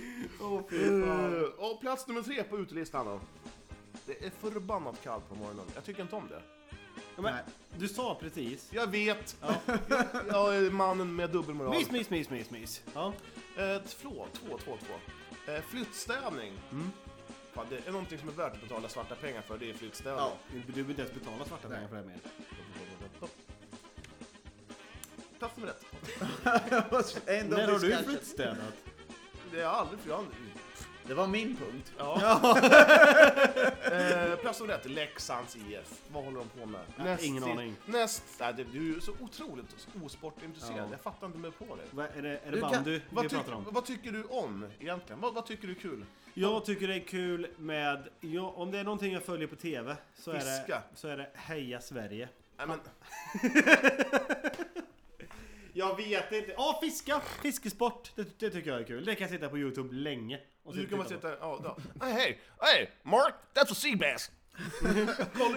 D: (laughs)
B: Eh, Och plats nummer tre på utelistan då. Det är förbannat kallt på morgonen. Jag tycker inte om det.
D: Ja, men,
C: Nej.
D: du sa precis.
B: Jag vet. (laughs) Jag är mannen med dubbelmoral.
D: Mys, mys, mys, mys, mys. Ja.
B: Eh, två, två, två, två. Eh, flyttstädning.
D: Mm.
B: Fan, det är någonting som är värt att betala svarta pengar för, det är flyttstädning.
C: Ja.
D: Du du behöver inte ens betala svarta pengar för det här mer.
B: Plats nummer ett.
C: Ändå
D: När har du
C: discussion.
D: flyttstädat?
B: Det är jag aldrig för jag har aldrig-
C: Det var min punkt.
B: eh, Plats nummer ett, Leksands IF. Vad håller de på med?
D: Ja, ingen aning.
B: Näst, nej, det- du är ju så otroligt osportintresserad,
D: Ja.
B: jag fattar inte mig på dig.
D: Vad- Är det, är
C: Du
D: det
C: kan-
D: bandy vi
B: Vad, tyck,
D: pratar om?
B: vad tycker du om egentligen? Vad, vad tycker du är kul?
D: Jag tycker det är kul med... Ja, om det är någonting jag följer på TV så är,
B: Fiska.
D: det, så är det Heja Sverige.
B: Nej, men,
D: Jag vet inte. Ja, fiska! Fiskesport. Det, det tycker jag är kul. Det kan jag sitta på YouTube länge. Och
B: du kan man
D: titta på.
B: sitta... Ja, ja. Nej, hej! Hej! Mark, that's a sea bass!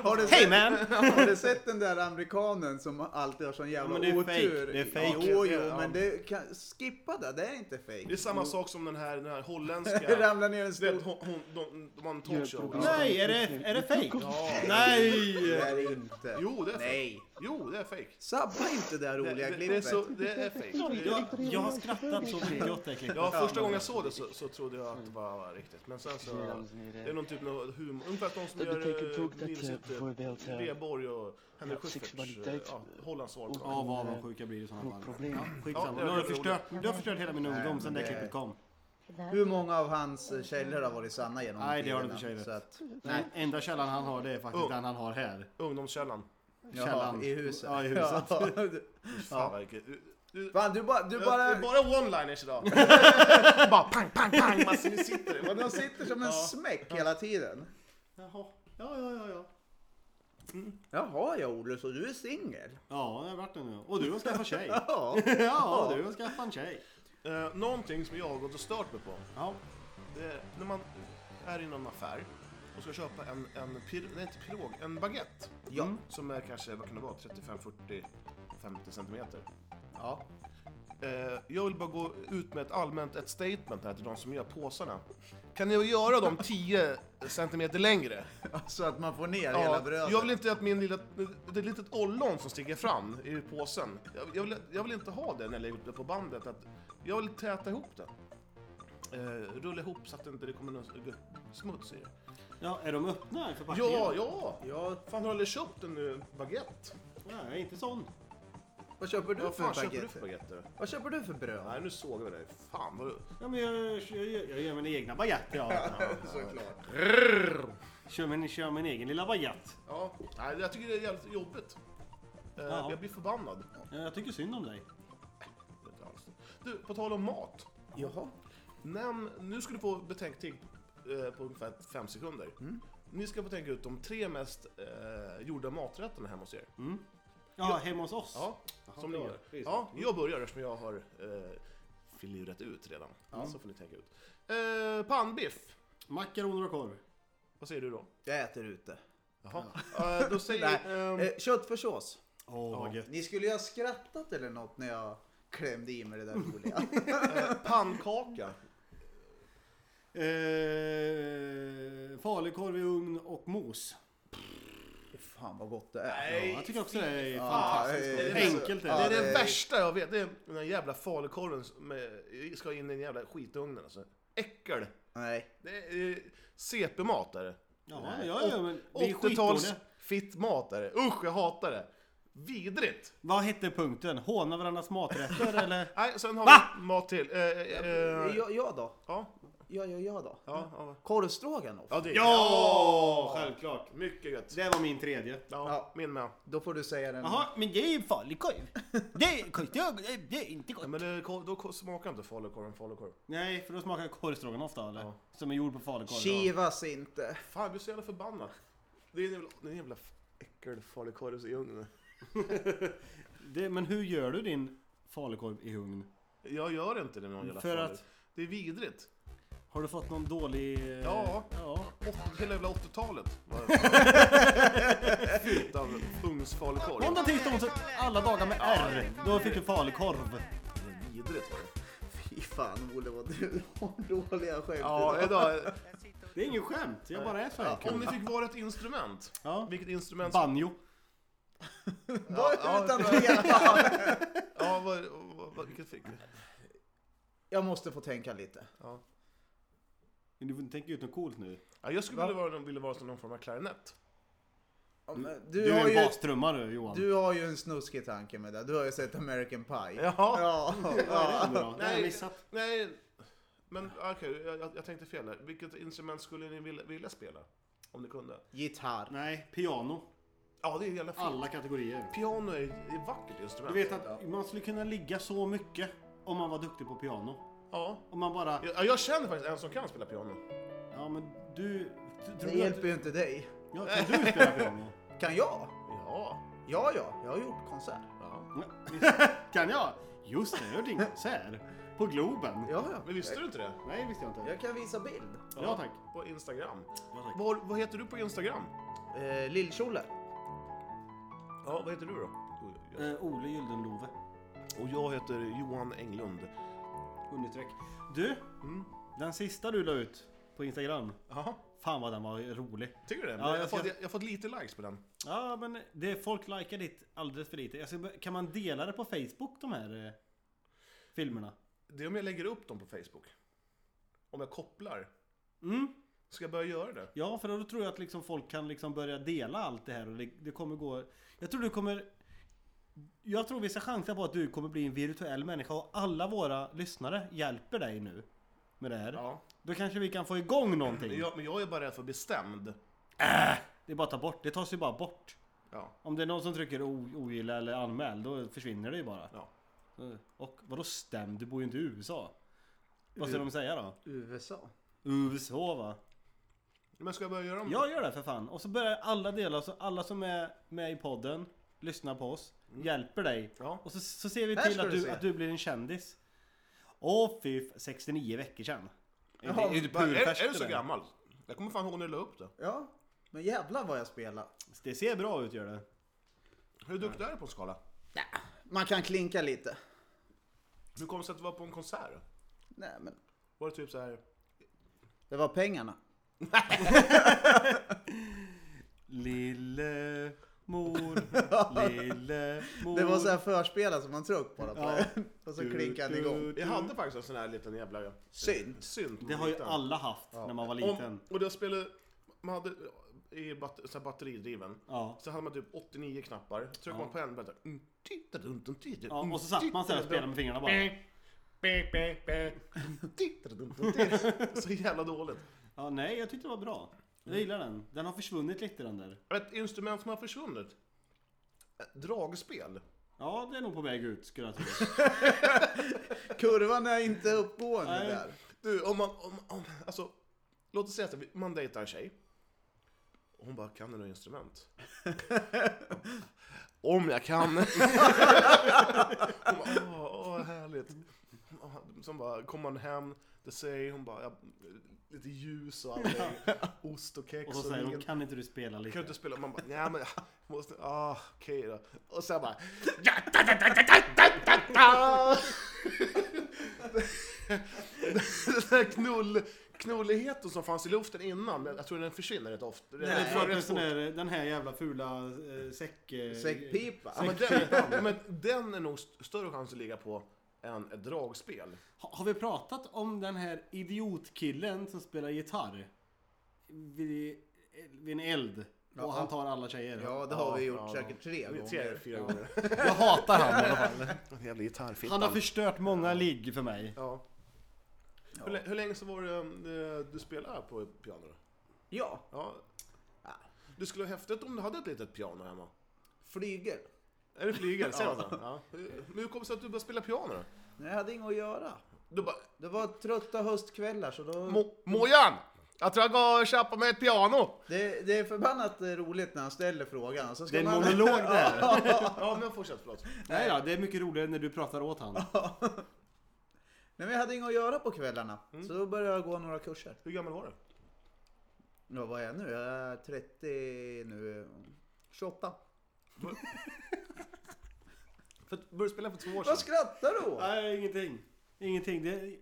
C: Har du,
D: Hey
C: sett,
D: man!
B: (laughs)
C: har du sett den där amerikanen som alltid har sån jävla
D: Ja, men det är
C: otur?
D: fake. Det är fake.
C: Jo,
B: Ja,
C: jo,
B: ja.
C: men det kan, skippa det. Det är inte
B: Det är
C: fake.
B: samma sak som den här, den här
D: (laughs)
C: (laughs) Det
B: holländska...
C: ramlar ner en
B: Du vet,
C: stor...
B: hon, hon, de, de har en talkshow.
D: Nej, är det, är det fake?
C: Det
D: Nej!
C: är det inte.
B: Jo, det är
C: Nej.
B: fake. Jo, det är fake.
C: Sabba inte det här
B: Det,
C: roliga
B: det, det, är,
C: klippet.
B: så, det är fake.
D: Jag, jag har skrattat så mycket åt det klippet.
B: Ja, första gången jag såg det så, så trodde jag att det bara var riktigt. Men sen så... Det är någon typ av humor. Ungefär de som
H: Jag tycker
B: gör
H: tog
B: eh,
H: det
B: Nils
H: till
B: Ytter,
H: förbält här.
B: Reborg och Henrik
H: Ja,
B: Schyfferts... eh,
H: sexualitet.
B: Ja, Hollands svar på
D: Ja,
B: det.
D: vad avundsjuk jag blir i sådana fall.
H: problem.
D: Ja, skitsamma.
B: Ja, det
D: nu
B: var
D: har du,
B: roligt.
D: förstört, du har förstört hela min ungdom
C: men
D: sen det
C: det-
D: klippet kom.
C: Hur många av hans eh, källor har varit sanna genom
D: Nej, det har du
C: tiderna?
D: inte tjejer.
C: Så att,
D: Nej. Enda källan han har det är faktiskt
B: Oh.
D: den han har här.
B: Ungdomskällan.
C: ja,
D: Källan.
C: i huset.
D: Ja, i huset.
C: (laughs) Ja.
B: Fan, vad vilket- du, du,
C: Fan, du bara... Du
B: det är
C: bara...
B: bara one-liners idag. (laughs) bara pang, pang, (laughs) pang. Massor, ni sitter det.
C: De sitter som en smäck hela tiden.
D: Jaha. Ja, ja, ja, ja.
C: Jaha ja, Olle, så du är singel?
D: Ja, det har varit det nu. Och du har skaffat (laughs) tjej.
C: Ja.
D: Ja, du har skaffat en tjej.
B: Eh, Någonting som jag har gått och stört mig på.
D: Ja.
B: det är, när man är i någon affär och ska köpa en, en pir, nej, inte pirog, en baguette.
C: Ja.
B: Som är kanske, vad kan det vara, 35, 40, 50 centimeter.
C: ja.
B: Eh, jag vill bara gå ut med ett allmänt ett statement här till de som gör påsarna. Kan ni göra dem 10 centimeter längre?
C: Så att man får ner hela brödet.
B: jag vill inte att min lilla... Det är ett litet ollon som sticker fram i påsen. Jag, jag, vill, jag vill inte ha det när jag lägger upp det på bandet. Att, jag vill täta ihop det. Eh, rulla ihop så att det inte det kommer någon smuts i det.
D: Ja, är de öppna i förpackningen?
B: Ja, ja! ja. Fan, har du aldrig köpt en eh, baguette?
D: Nej, inte sån.
C: Vad köper du
B: Vad
C: för
B: fan köper du för
C: baguette?
B: baguette?
C: Vad köper du för bröd?
B: Nej, nu såg jag dig. Fan vad du...
D: Ja, men jag, jag, jag, jag gör mina egna baguette. (laughs) Ja.
C: Såklart.
D: Kör, min, kör min egen lilla baguette.
B: Ja, nej, jag tycker det är jävligt jobbigt. Eh,
D: Ja.
B: Jag blir förbannad.
D: Ja, Jag tycker synd om dig.
B: Inte alls. Du, på tal om mat.
C: Jaha.
B: Nämn, nu ska du få betänketid eh, på ungefär fem sekunder. Ni ska få tänka ut de tre mest eh, gjorda maträtterna hemma hos er.
D: Ja, hemma hos oss.
B: Ja, som ni
D: bra.
B: gör.
D: Det är
B: Ja, jag börjar eftersom jag har eh, filurat ut redan. Så får ni tänka ut. Eh, pannbiff,
D: Makaroner och korv.
B: vad säger du då?
C: Jag äter ute.
B: Jaha. Eh, då
C: Nej.
B: säger... ehm,
C: Eh, köttfärssås.
D: Åh, oh, vad gött.
C: Ni skulle ju ha skrattat eller något när jag klämde i mig det
B: (laughs)
C: där roliga.
B: pannkaka.
D: Eh, falukorv i ugn och mos.
C: Fan vad gott det är.
D: Ja, jag tycker också det är
C: eh,
D: fantastiskt gott.
C: eh,
D: Enkelt är
C: ja,
B: det
D: det.
B: är det
C: det-
B: värsta jag vet. Det är den där jävla falukorven som eh, ska in i den jävla skitugnen alltså. Äckel!
C: Nej.
B: Det är eh, CP-mat är det.
D: Ja, ja, ja, men vi är
B: 80-tals
D: skitdåliga.
B: fitt mat är det. Usch, jag hatar det. Vidrigt!
D: Vad hette punkten? Håna varandras maträtter (laughs) eller?
B: Nej, sen har
D: Va?
B: vi mat till. Eh, eh, eh,
C: Ja, ja då.
B: ja,
C: Ja, ja, ja då.
B: ja, ja.
C: Korvstroganoff.
B: Ja, det är
D: Ja, självklart.
B: mycket gött.
D: Det var min tredje.
B: Ja,
C: Ja.
B: min med.
C: Då får du säga den.
D: Jaha, men det är falukorv. Det är korvstroganoff, det är- det är inte
B: Ja,
D: gott.
B: men det, då ko- smakar inte falukorven falukorv.
D: Nej, för då smakar korvstroganoff då eller?
B: Ja.
D: Som är gjord på falukorv. då.
C: Kivas inte.
B: Fan, jag blir så jävla förbannad. Det är en jävla, det är en jävla f- äckelfalukorv i ugnen.
D: Det, men hur gör du din falukorv i ugn?
B: Jag gör inte det med någon jävla
D: För
B: falukorv.
D: att-
B: Det är vidrigt.
D: Har du fått någon dålig... eh,
B: Ja.
D: ja.
B: Åt- Hela jävla (laughs) 80-talet. var- Fyllt av ugnsfalukorv.
D: Måndag, tisdag, onsdag, alla dagar med R. Då fick du falukorv.
B: Det är Vidrigt var det.
C: Fy fan Olle vad du har dåliga skämt
B: Ja,
C: idag.
B: idag.
D: Det är ingen skämt, jag bara är så här.
B: Om ni fick vara ett instrument,
D: Ja.
B: vilket instrument...
D: Banjo.
C: Var
B: ja,
C: utan
B: ja.
C: att veta.
B: Ja, vad, vad, vad, vilket fick ni?
C: Jag måste få tänka lite.
D: Du tänker ut något coolt nu.
B: Ja, jag skulle vilja vara, vilja vara som någon form av klarinett.
C: Ja, men
D: Du
C: Du
D: är en
C: har ju,
D: bastrummare Johan.
C: du har ju en snuskig tanke med det. Du har ju sett American Pie.
B: Ja.
C: Ja.
D: Vad är det nu då? Det har jag
B: Nej.
D: missat.
B: Nej, men okej, jag- jag, jag tänkte fel här. Vilket instrument skulle ni vilja, vilja spela? Om ni kunde?
C: Gitarr.
D: Nej, piano.
B: Ja, det är jävla fint.
D: Alla kategorier.
B: Piano är är ett vackert
D: Du
B: instrument.
D: vet att man skulle kunna ligga så mycket om man var duktig på piano.
B: Ja.
D: Om man bara...
B: Jag, jag känner faktiskt en som kan spela piano.
D: Ja men du... Tror
C: Det
D: du att-
C: hjälper ju inte dig.
D: Ja, kan du spela piano?
C: Kan jag?
B: Ja.
C: Ja, ja. Jag har gjort konsert.
B: ja.
D: Kan jag? Just det, jag hörde din konsert. På Globen.
C: Ja, ja.
B: Men visste du inte det?
D: Nej, visste jag inte.
C: Jag kan visa bild.
D: Ja tack.
B: På Instagram.
D: tack.
B: Vad, vad heter du på Instagram?
C: Eh, Lillkjole.
B: Ja, vad heter du då?
D: Eh, Ole Gyldenlove.
B: Och jag heter Johan Englund.
D: Understreck. Du, den sista du la ut på Instagram.
B: Mm. Jaha,
D: Fan vad den var rolig.
B: tycker du det?
D: Ja,
B: jag,
D: jag
B: har fått,
D: ska-
B: jag, har fått lite likes på den.
D: Ja men det folk likar ditt alldeles för lite. Jag ska, bör- kan man dela det på Facebook de här eh, filmerna?
B: Det är om jag lägger upp dem på Facebook. Om jag kopplar.
D: Mm.
B: Ska jag börja göra det?
D: Ja för då tror jag att liksom folk kan liksom börja dela allt det här och det, det kommer gå... Jag tror du kommer... Jag tror vi ska chansa på att du kommer bli en virtuell människa och alla våra lyssnare hjälper dig nu. Med det här.
B: Ja.
D: Då kanske vi kan få igång någonting.
B: Jag, men jag är bara rädd för bestämd.
D: Det är bara att ta bort. Det tas ju bara bort.
B: Ja.
D: Om det är någon som trycker o- ogilla eller anmäl, då försvinner det ju bara.
B: Ja.
D: Mm. Och vadå stämd? Du bor ju inte i USA. Vad ska de säga då?
C: USA.
D: USA va?
B: Men ska jag börja göra dem?
D: Jag gör det för fan. Och så börjar alla dela, så alla som är med i podden, lyssnar på oss, hjälper dig.
B: Ja.
D: Och så, så ser vi
C: Här
D: till
C: ska
D: att
C: du
D: du,
C: se.
D: att du blir en kändis. Åh fy, f- 69 veckor sedan. Är
C: Ja,
D: det- är det
B: Bara, är,
D: purfärskt
B: är du så
D: det där?
B: gammal? Jag kommer fan ihåg när du la upp det.
C: Ja. Men jävlar vad jag spelar.
D: Det ser bra ut gör det.
B: Hur duktig är du på en skala?
C: Man kan klinka lite.
B: Hur kom det sig att du var på en konsert?
C: Nej, men
B: Var det typ så här
C: Det var pengarna.
D: Lille mor, lille mor.
C: Det var så här förspelare som man tryckte på det på.
D: Ja.
C: Och så klinkade den igång.
B: Jag hade faktiskt en sån här liten jävla
C: Synt.
B: synt.
D: Det har ju
B: liten.
D: alla haft när man var liten.
B: Om, och då spelade... Man hade i bat, så här batteridriven.
D: Ja.
B: Så hade man typ 89 knappar. Tryckte man på en bara såhär, mm, titta runt om titta,
D: Ja,
B: mm,
D: och så satt man så här och spelade med fingrarna bara.
B: titta runt om titta. (laughs) Så jävla dåligt.
D: Ja, nej, jag tyckte det var bra. Jag gillar den. Den har försvunnit lite den där.
B: Ett instrument som har försvunnit. Ett dragspel.
D: Ja, det är nog på väg ut skulle (laughs) jag tro.
C: Kurvan är inte uppgående
D: Nej.
C: där.
B: Du, om man... Om, om, alltså, låt oss säga att vi- man dejtar en tjej. Och hon bara, kan du något
D: (laughs)
B: instrument? om jag kan. hon bara, åh, åh härligt. Som bara, kommer man hem, det säger hon bara, ja, lite ljus och allting.
D: (laughs)
B: Ost och kex
D: Och så säger
B: vin.
D: de, kan inte du spela lite?
B: Kan du inte spela? Man bara, nej men jag måste, ah, okej då. Och sen bara... (laughs) Den här knull, knulligheten som fanns i luften innan, jag tror den försvinner rätt ofta.
D: Nej,
B: Jag
D: jag
B: tror
D: pratar
B: rätt
D: om sån
B: fort.
D: här, den här jävla fula eh, säck... eh,
C: Säckpipa.
B: Ja, men, den, ja, men den är nog st- större chans att ligga på än ett dragspel.
D: Ha- Har vi pratat om den här idiotkillen som spelar gitarr? Vid, vid en eld.
C: Ja.
D: Och han tar alla tjejer.
C: Ja, det har vi gjort
B: Ja,
C: säkert tre
B: Tre,
C: gånger.
B: fyra gånger.
D: Jag hatar han i alla fall.
B: Den jävla gitarrfittan.
D: Han har förstört många ligg för mig.
B: ja. Hur, lä- hur länge så var det eh, du spelade på piano? då?
C: Ja,
B: Ja. Du skulle ha häftigt om du hade ett litet piano hemma.
C: flygel.
B: Är det flygel? Säger man så? Ja. Hur hur kom det sig att du började spela piano då?
C: Nej, jag hade inget att göra.
B: Du bara,
C: Det var trötta höstkvällar så då...
B: "Mo- Mojan! Jag tror jag går och köper mig ett piano!
C: Det, det är förbannat eh, roligt när han ställer frågan. och Så ska
D: Det är en
C: man...
D: monolog (laughs) där.
B: Ja, men fortsätt, förlåt.
D: Nej då, det är mycket roligare när du pratar åt han.
C: Nej, men jag hade inget att göra på kvällarna.
D: Mm.
C: Så då började jag gå några kurser.
B: Hur gammal var du?
C: Ja, vad är jag nu? Jag är 30 nu. 28.
B: För, började spela för två år
C: Vad
B: sedan.
C: skrattar du åt?
D: Nej, ingenting. Ingenting. Det,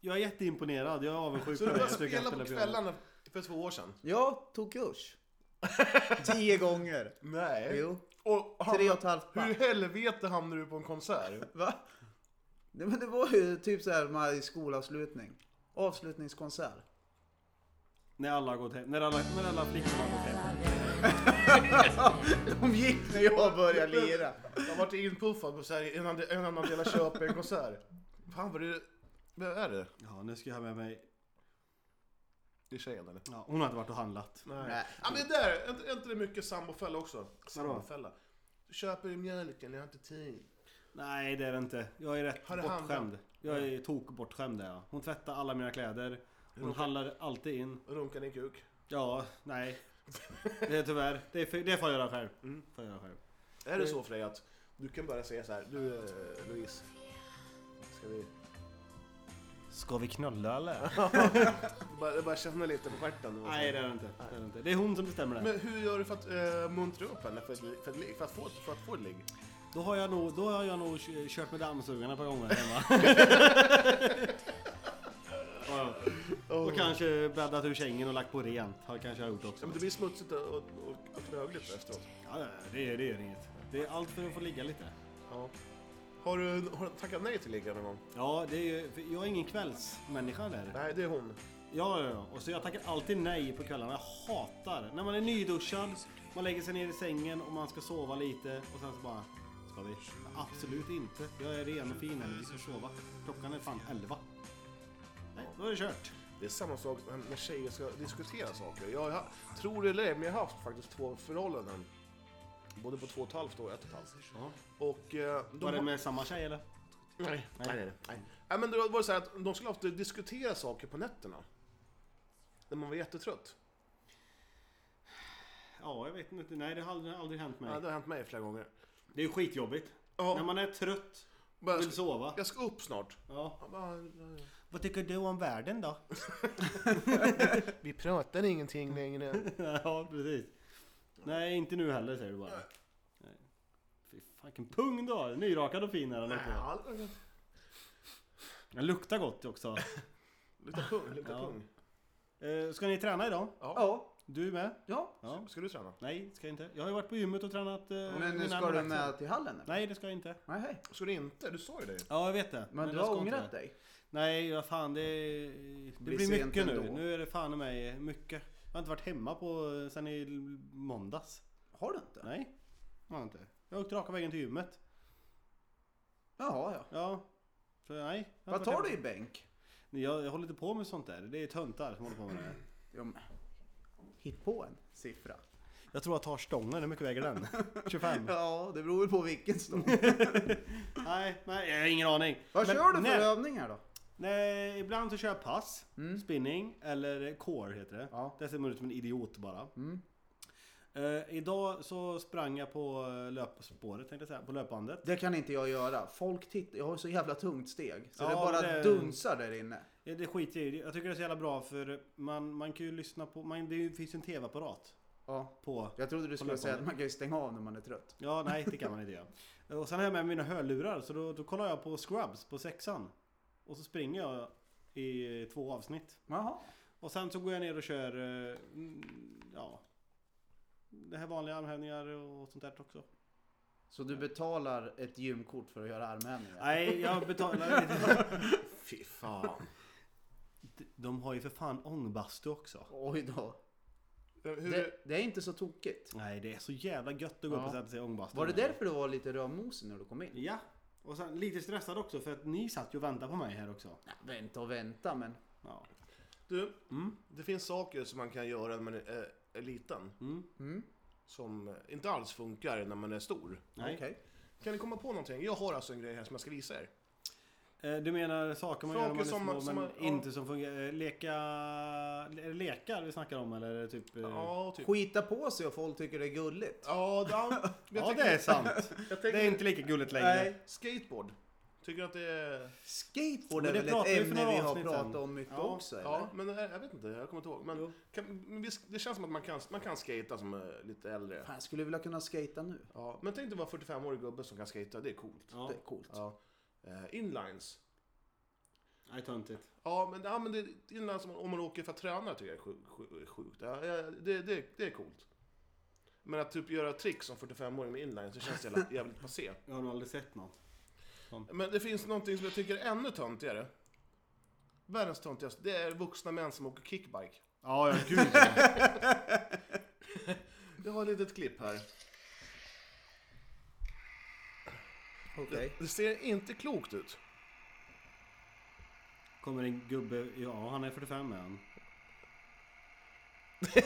D: jag är jätteimponerad. Jag är avundsjuk
B: Så
D: på
B: du
D: dig.
B: började
D: Jag tycker
B: spela
D: att
B: på
D: spelar piano.
B: kvällarna för två år sedan?
C: Jag tog kurs. Tio gånger.
B: Nej.
C: Jo.
B: Och
C: Tre och ett halvt
B: Hur i
C: band.
B: helvete hamnade du på en konsert?
C: Va? Nej, men det var ju typ så här man hade skolavslutning. Avslutningskonsert.
D: När alla har gått hem. När alla, när alla flickor har gått hem.
C: De gick när jag började lira.
B: Jag vart inpuffad på så här, en, annan- en annan del av Köping konsert. Fan vad det... Vad är det?
D: Ja, nu ska jag ha med mig...
B: Det är tjejen eller?
D: Ja, hon har inte varit och handlat.
B: Nej.
C: Nej.
B: Ja, men det där, är inte- är inte det mycket sambofälla också? Sambofälla. Du köper mjölken, jag har inte tid.
D: Nej, det är det inte. Jag är rätt
B: Har det
D: bortskämd.
B: handlat?
D: Jag är tokbortskämd där ja. Hon tvättar alla mina kläder. Hon handlar alltid in.
B: Runka din kuk.
D: Ja, nej. Det är tyvärr. Det, är för, det får jag göra själv. Får jag göra själv.
B: Är det så för dig att du kan bara säga så här, du eh, Louise, ska vi...
D: Ska vi knulla eller?
B: Bara, bara känna lite på stjärten? och-
D: Nej, det är det inte. Det är, det inte. Det är hon som bestämmer det.
B: Men hur gör du för att eh, muntra upp henne för, ett- för, ett ligg? för, att, få, för att få ett ligg?
D: Då har jag nog, då har jag nog kö- kört med dammsugarna på gånger hemma. (laughs) Ja. Oh. Och kanske bäddat ur sängen och lagt på rent. Har kanske jag gjort
B: Ja,
D: också.
B: men det blir smutsigt och, och, och knögligt efteråt.
D: Ja, ja, det, är- det är inget. Det är allt för att få ligga lite.
B: Ja. Har, du, har du tackat nej till ligga någon gång?
D: Ja, det är ju, för jag är ingen kvällsmänniska där.
B: Nej, det är hon.
D: Ja, ja, ja. Och så jag tackar alltid nej på kvällarna. Jag hatar när man är nyduschad, man lägger sig ner i sängen och man ska sova lite och sen så bara... Ska vi? Absolut inte. Jag är ren och fin här. Vi ska sova. Klockan är fan 11. Nej, då är det kört.
B: Det är samma sak när- när tjejer ska diskutera saker. Jag, jag tror det eller ej, men jag har haft faktiskt två förhållanden. Både på två och ett halvt och ett och ett halvt.
D: Ja.
B: Och eh, de...
D: Var det med samma tjej eller?
B: Nej, nej,
D: Nej.
B: nej. nej. nej men det var det så här att de skulle ofta diskutera saker på nätterna. När man var jättetrött.
D: Ja, jag vet inte. Nej, det har aldrig, aldrig hänt mig.
B: Ja, det har hänt mig flera gånger.
D: Det är ju skitjobbigt.
B: Ja.
D: När man är trött
B: Bara,
D: och vill sova.
B: Jag ska upp snart.
D: Ja.
B: Ja, bara, ja, ja.
D: Vad tycker du om världen då?
B: Vi pratar ingenting längre.
D: (laughs) ja, precis. Nej, inte nu heller säger du bara. Nej. Fy fan, vilken pung du har! Nyrakad och fin är den också.
B: Ja,
D: Den luktar gott också.
C: (laughs)
B: Luktar pung, luktar
D: Ja.
B: pung.
D: Eh, ska ni träna idag?
C: Ja.
D: Du med?
C: ja.
D: Ja.
B: Ska du träna?
D: Nej, ska jag inte. Jag har ju varit på gymmet och tränat. Eh,
C: Men
D: mina
C: ska
D: andra
C: du
D: axlar.
C: med till hallen? eller?
D: Nej, det ska jag inte.
C: Nej. hej.
B: Ska du inte? Du sa ju det ju.
D: Ja, jag vet det.
C: Men, du
D: jag
C: har
D: ska inte
C: ångrat
D: det.
C: dig?
D: Nej, vad fan det... Det blir,
C: sent
D: mycket nu.
C: ändå.
D: Nu är det fan i mig mycket. Jag har inte varit hemma på sen i måndags.
C: Har du inte?
D: Nej, jag har inte. Jag åkte raka vägen till gymmet.
C: Jaha, ja.
D: Ja. Så nej. jag har
C: Vad
D: inte
C: tar
D: varit
C: du i
D: hemma.
C: bänk?
D: Jag, jag håller inte på med sånt där. Det är töntar som håller på med det. här.
C: Ja, men, Hitt på en siffra. Mm.
D: Jag tror jag tar stången. Hur mycket väger
C: (laughs)
D: den? 25?
C: Ja, det beror väl på vilken (laughs) stång.
D: Nej, nej, jag har ingen aning.
C: Vad
D: Men
C: kör du för
D: när-
C: övningar då? Mm.
D: Nej, ibland så kör jag pass, spinning eller core heter det.
C: Ja. Mm.
D: Där ser man ut som en idiot bara. Eh, idag så sprang jag på eh, löpspåret tänkte jag säga, på löpbandet.
C: Det kan inte jag göra. Folk tittar. Jag har så jävla tungt steg. Så
D: Ja,
C: det bara
D: men det-
C: dunsar där inne.
D: Eh, Det skiter jag i. Jag tycker det är så jävla bra för man, man kan ju lyssna på, man, det finns ju en tv-apparat
C: Ja.
D: på.
C: Jag trodde du skulle
D: löpande.
C: säga att man kan ju stänga av när man är trött.
D: Ja, nej det kan man inte göra. Eh, Och sen har jag med mina hörlurar så då, då kollar jag på Scrubs på sexan. Och så springer jag i två avsnitt.
C: Jaha.
D: Och sen så går jag ner och kör, eh, mm, ja. Det här vanliga armhävningar och sånt där också.
C: Så du betalar ett gymkort för att göra armhävningar?
D: Nej, jag betalar inte. (laughs) Fy fan. De- De har ju för fan ångbastu också.
C: Oj då.
B: Eh, Hur,
C: Det, det är inte så tokigt.
D: Nej, det är så jävla gött att gå upp
C: Ja.
D: och sätta sig i ångbastu.
C: Var det därför du var lite rödmosig när du kom in?
D: Ja. Och sen lite stressad också för att ni satt ju och väntade på mig här också.
C: Vänta och vänta, men...
D: Ja.
B: Du,
D: Mm.
B: det finns saker som man kan göra när man är, eh, är liten.
D: Mm.
B: Som eh, inte alls funkar när man är stor.
D: Nej.
C: Okej.
B: Kan ni komma på någonting? Jag har alltså en grej här som jag ska visa er.
D: Eh, Du menar saker man
B: Saker
D: gör när man är
B: som
D: små
B: man- som
D: men
B: man- ja.
D: inte som fungerar? Eh, Leka... Är det lekar vi snackar om eller är det typ... eh,
B: Ja, typ.
C: Skita på sig och folk tycker det är gulligt.
B: Ja, da, jag
D: (laughs) ja
B: tänker-
D: det är sant.
B: Jag
D: Det är
B: tänker-
D: inte lika gulligt längre.
B: Nej, skateboard. Tycker att det är...
C: Skateboard
D: Men
C: är
D: det
C: väl
D: pratade
C: ett
D: vi för
C: ämne
D: några
C: vi har
D: avsnitt sedan.
C: pratat om mycket
D: Ja,
C: också, eller?
B: Ja, men det här- jag vet inte, jag kommer inte ihåg. Men, kan, men vi, det känns som att man kan, man kan skata som eh, lite äldre.
C: Fan, jag skulle vilja kunna skata nu.
B: Ja, men tänk dig vara 45-årig gubbe som kan skata, det är coolt.
D: Ja.
C: Det är coolt.
B: Ja. Eh, Inlines.
D: Nej, töntigt.
B: Ja, men, ja, men det, inlines om man, om man åker för att träna tycker jag är sjukt. sjukt. Ja, eh, det, det, det är coolt. Men att typ göra tricks som 45-åring med inlines, det känns jävla, jävligt passé.
D: Jag har nog aldrig sett något.
B: Men det finns någonting som jag tycker är ännu töntigare. Världens töntigaste, det är vuxna män som åker kickbike.
D: Ja, ja gud ja.
B: Jag har ett litet klipp här.
C: Okej.
B: Det ser inte klokt ut.
D: (laughs)
B: (laughs)
D: Kommer en gubbe, ja han är 45 är han.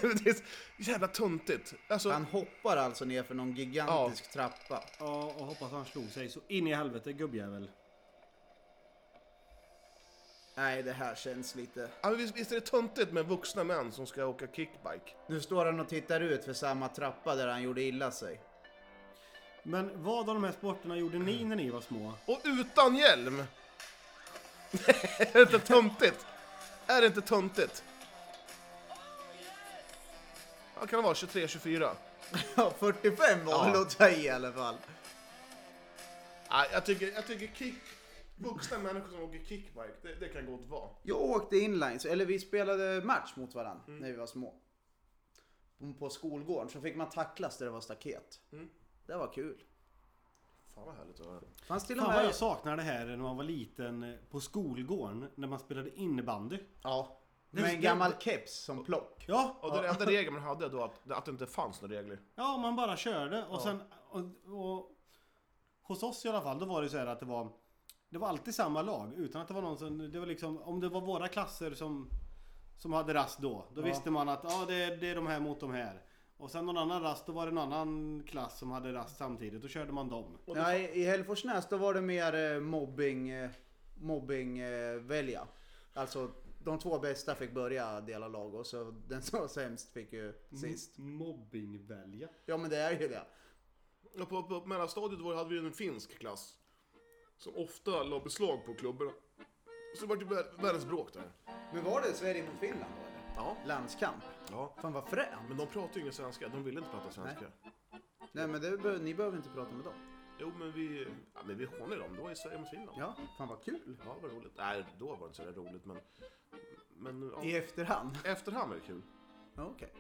B: det är så jävla tuntigt. Alltså,
C: Han hoppar alltså ner för någon gigantisk trappa.
D: Ja, och hoppas han slog sig så in i helvete gubbjävel.
C: Nej, det här känns lite...
B: ja, men visst, visst är det tuntigt med vuxna män som ska åka kickbike?
C: Nu står han och tittar ut för samma trappa där han gjorde illa sig. (laughs)
D: Men vad av de här sporterna gjorde ni när ni var små?
B: Och utan hjälm! (laughs) är det inte tuntigt? Är det inte tuntigt? Vad kan det vara? 23, 24?
C: Ja, 45 var väl
B: Ja.
C: att ta i i alla fall.
B: Nej, jag tycker, jag tycker kick... Vuxna människor som åker kickbike, det, det kan gott vara.
C: Jag åkte inlines, eller vi spelade match mot varandra när vi var små. På- På skolgården så fick man tacklas där det var staket. Det var kul.
B: Fan vad härligt att höra.
C: Fanns till och
D: Fan vad
C: med...
D: jag saknar det här när man var liten eh, på skolgården när man spelade innebandy.
C: Ja.
D: Det-
C: Med en
D: det-
C: gammal keps som plock.
D: Ja,
B: Och den enda regeln man hade då att, att det inte fanns några regler.
D: ja man bara körde och sen... Och, och, hos oss i alla fall, då var det så här att det var... Det var alltid samma lag utan att det var någon som... Det var liksom, om det var våra klasser som... Som hade rast då. Då visste man att ja, det, är, det är de här mot de här. Och sen någon annan rast, då var det en annan klass som hade rast samtidigt. Då körde man dem.
C: Nej, i Hälleforsnäs då var det mer eh, mobbing, eh, mobbing eh, välja. Alltså de två bästa fick börja dela lag och så den som var sämst fick ju
B: Mm.
C: sist.
D: Mobbingvälja.
C: Ja men det är ju det.
B: Ja, på, på mellanstadiet var, hade vi en finsk klass som ofta la beslag på klubborna. Så det var ju vär- världens bråk där.
C: Men var det Sverige mot Finland då eller?
B: Ja.
C: Landskamp.
B: ja.
C: Fan vad fränt.
B: Men de pratade ju ingen svenska, de ville inte prata svenska.
C: Nej men det, be- ni behöver inte prata med dem.
B: Jo, men vi, ja, men vi hånade dem. Det var i Sverige mot Finland.
C: Ja, fan vad kul.
B: Ja, vad roligt. Nej, då var det inte så där roligt, men, men
C: I
B: ja.
C: efterhand?
B: E- efterhand är det kul.
C: Ja, Okej.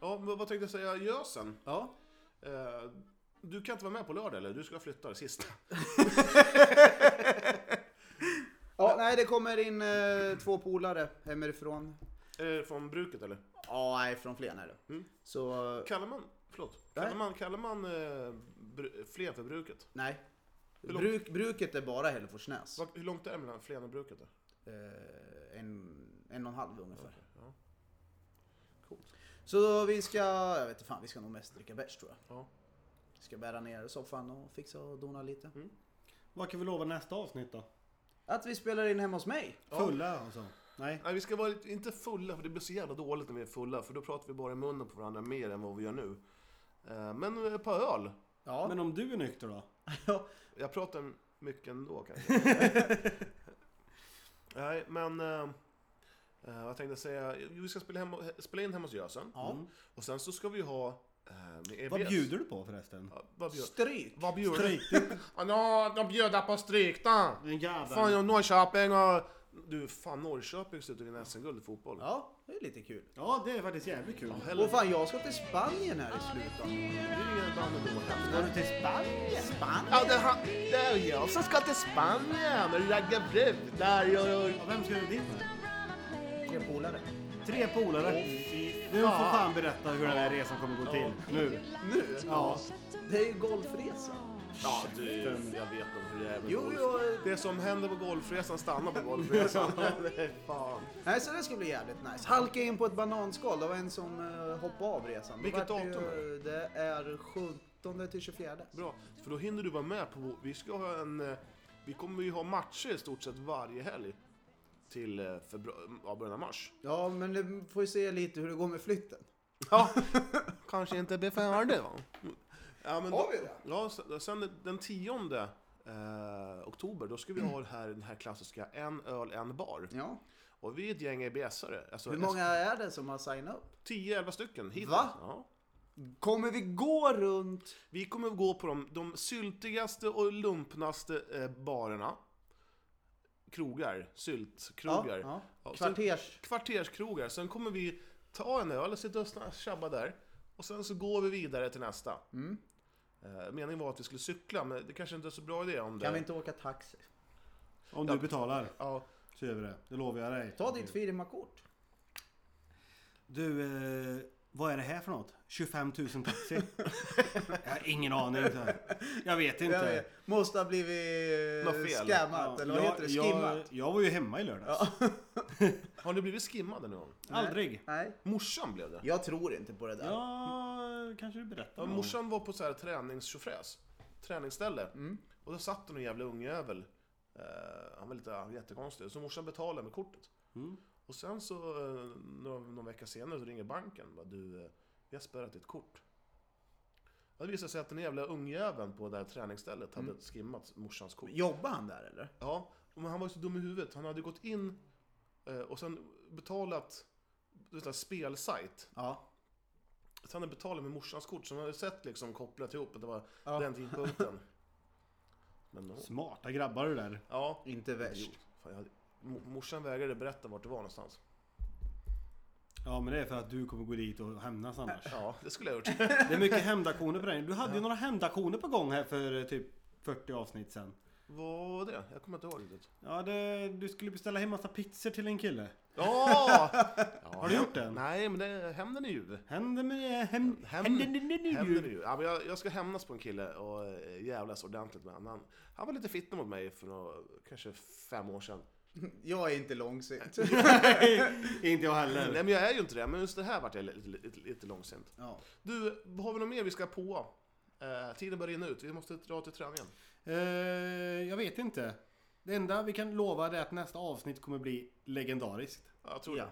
B: Ja, men vad tänkte jag säga? Gösen.
C: Ja.
B: Eh, du kan inte vara med på lördag eller? Du ska flytta det sista.
C: Ja, nej, det kommer in eh, två polare hemifrån.
B: Är det Eh, från bruket eller?
C: Ja, nej, från Flen är det.
B: Mm.
C: Så, eh,
B: Kallar man, förlåt,
C: Nej.
B: kallar man, kallar man eh, br- Flen för bruket?
C: nej.
B: långt?
C: Bruk, bruket är bara Hälleforsnäs.
B: Vad- Hur långt är det mellan Flen och bruket? Då?
C: Eh, en, en och en halv ungefär.
B: Ja. Coolt.
C: Så vi ska, jag vet inte fan, vi ska nog mest dricka bärs tror jag.
B: Ja.
C: Ska bära ner soffan och fixa och dona lite.
B: Mm.
D: Vad kan vi lova nästa avsnitt då?
C: Att vi spelar in hemma hos mig.
D: Fulla alltså? Nej.
B: Nej, vi ska vara lite, inte fulla, för det blir så jävla dåligt när vi är fulla, för då pratar vi bara i munnen på varandra mer än vad vi gör nu. Eh, men ett par öl.
C: Ja.
D: Men om du är nykter då?
B: Jag pratar mycket ändå kanske. Nej, men... Eh, eh, vad tänkte jag säga? Jo, Vi ska spela, hem, spela in hemma hos Gösen.
C: ja.
B: Och sen så ska vi ha... Eh, med EBS.
D: Mm. Vad bjuder du på förresten?
B: Ja, vad bjud-
C: Stryk!
B: Vad bjuder du?
D: Stryk.
B: (laughs) Ja, nå, de bjuder på stryk då! Fan,
D: Den jäveln.
B: jag Norrköping och... Du, fan Norrköping ska ut och vinna SM-guld i fotboll.
C: Ja, det är lite kul.
D: Ja, det är faktiskt jävligt kul.
C: Och fan, jag ska till Spanien här i slutet.
B: Det är ingen band att gå och hämta.
D: Går du till Spanien?
C: Spanien?
B: Ja, det, är han, det är jag som ska till Spanien och ragga brudar och...
D: Ja, vem ska du dit med?
C: Tre polare.
D: Tre polare. Du får fan berätta hur den här resan kommer gå till. Nu.
C: Nu?
D: Ja.
C: Det är ju golfresa.
B: Ja, du, jag vet nog hur det är med
C: Jo,
B: golf.
C: jo, eh.
B: Det som händer på golfresan stannar på golfresan. (laughs) Nej, fan.
C: Nej, så det ska bli jävligt nice. Halka in på ett bananskal. Det var en som eh, hoppade av resan. Då
B: Vilket
C: vart det
B: datum
C: ju- Det är 17 till 24.
B: Bra, för då hinner du vara med på... Vi ska ha en... eh, Vi kommer ju ha matcher i stort sett varje helg. Till eh, febru- ja, början av mars.
C: Ja, men det får ju se lite hur det går med flytten.
B: Ja, kanske inte blir färdig va? Ja, men
C: Har vi det?
B: Ja, sen- sen den 10 eh, oktober, då ska vi ha det här, den här klassiska en öl, en bar.
C: Ja.
B: Och vi är ett gäng EBS-are. Alltså,
C: Hur många är det som har signat upp?
B: 10-11 stycken hittills.
C: Va?
B: Ja.
C: Kommer vi gå runt?
B: Vi kommer att gå på de, de syltigaste och lumpnaste eh, barerna. Krogar, syltkrogar.
C: Ja, ja.
B: Ja,
C: Kvarters.
B: Sen, kvarterskrogar. Sen kommer vi ta en öl, sitta och sna- tjabba där. Och sen så går vi vidare till nästa.
C: Mm.
B: Eh, meningen var att vi skulle cykla, men det kanske inte är så bra idé om det...
C: Kan vi inte åka taxi?
D: Om du betalar
B: Ja,
D: så gör vi det. Det lovar jag dig.
C: Ta ditt firmakort.
D: Du, eh, vad är det här för något? 25 000 taxi?
C: (laughs)
D: jag har ingen aning. så här. Jag vet inte.
C: Jag vet, måste ha blivit
B: Något fel.
C: skammat eller vad
D: jag,
C: heter det?
D: jag,
C: Skimmat?
D: jag var ju hemma i lördags.
B: har ni blivit skimmade någon gång?
D: Aldrig.
C: (laughs) Nej.
B: Morsan blev det.
C: Jag tror inte på det där.
D: Ja, kanske du berättar.
B: Ja,
D: någon gång.
B: morsan var på så här träningstjofräs, träningsställe. Och då satt det någon jävla ungjävel. Eh, han var lite jättekonstig. Så morsan betalade med kortet. Och sen så, eh, någon, någon vecka senare, så ringer banken. Bara, du, eh, vi har spärrat ditt kort. Ja, Det visade sig att den jävla ungjäveln på det här träningsstället hade skimmat morsans kort.
C: Jobbar han där eller?
B: Ja, men han var ju så dum i huvudet. Han hade gått in eh, och sen betalat, du vet, en spelsajt.
C: Ja.
B: Så han hade betalat med morsans kort som han hade sett liksom kopplat ihop att det var
C: Ja.
B: den (laughs) tidpunkten. Men då,
D: Smarta grabbar du där.
B: ja.
C: Inte
B: Jo,
C: värst.
B: fan, jag hade, mo- morsan vägrade berätta vart det var någonstans.
D: Ja, men det är för att du kommer gå dit och hämnas annars.
B: Ja, det skulle jag ha gjort. (laughs)
D: Det är mycket hämndaktioner på dig. Du hade ju några hämndaktioner på gång här för eh, typ 40 avsnitt sen.
B: Vad var det? Jag kommer inte ihåg riktigt.
D: Ja, det, du skulle beställa hem massa pizzor till en kille.
B: Ja! (laughs)
D: Har du gjort den?
B: Nej, men det, hämnden är ju.
D: Händer med... eh, Hem,
B: Hämnd-
D: händer det (laughs)
B: Hämnden är
D: nu?
B: ju. Ja, men jag, jag ska hämnas på en kille och eh, jävlas ordentligt med honom. Han, han var lite fittig mot mig för några, kanske fem år sedan.
C: Jag är inte långsint.
D: Inte jag
B: Nej,
D: heller.
B: men jag är ju inte det. Men just det här vart jag lite, lite, lite långsint.
C: ja.
B: Du, har vi något mer vi ska på? Eh, tiden börjar rinna ut, vi måste dra till träningen.
D: Eh, jag vet inte. Det enda vi kan lova det är att nästa avsnitt kommer bli legendariskt.
B: Ja, jag tror
C: Ja.
B: det.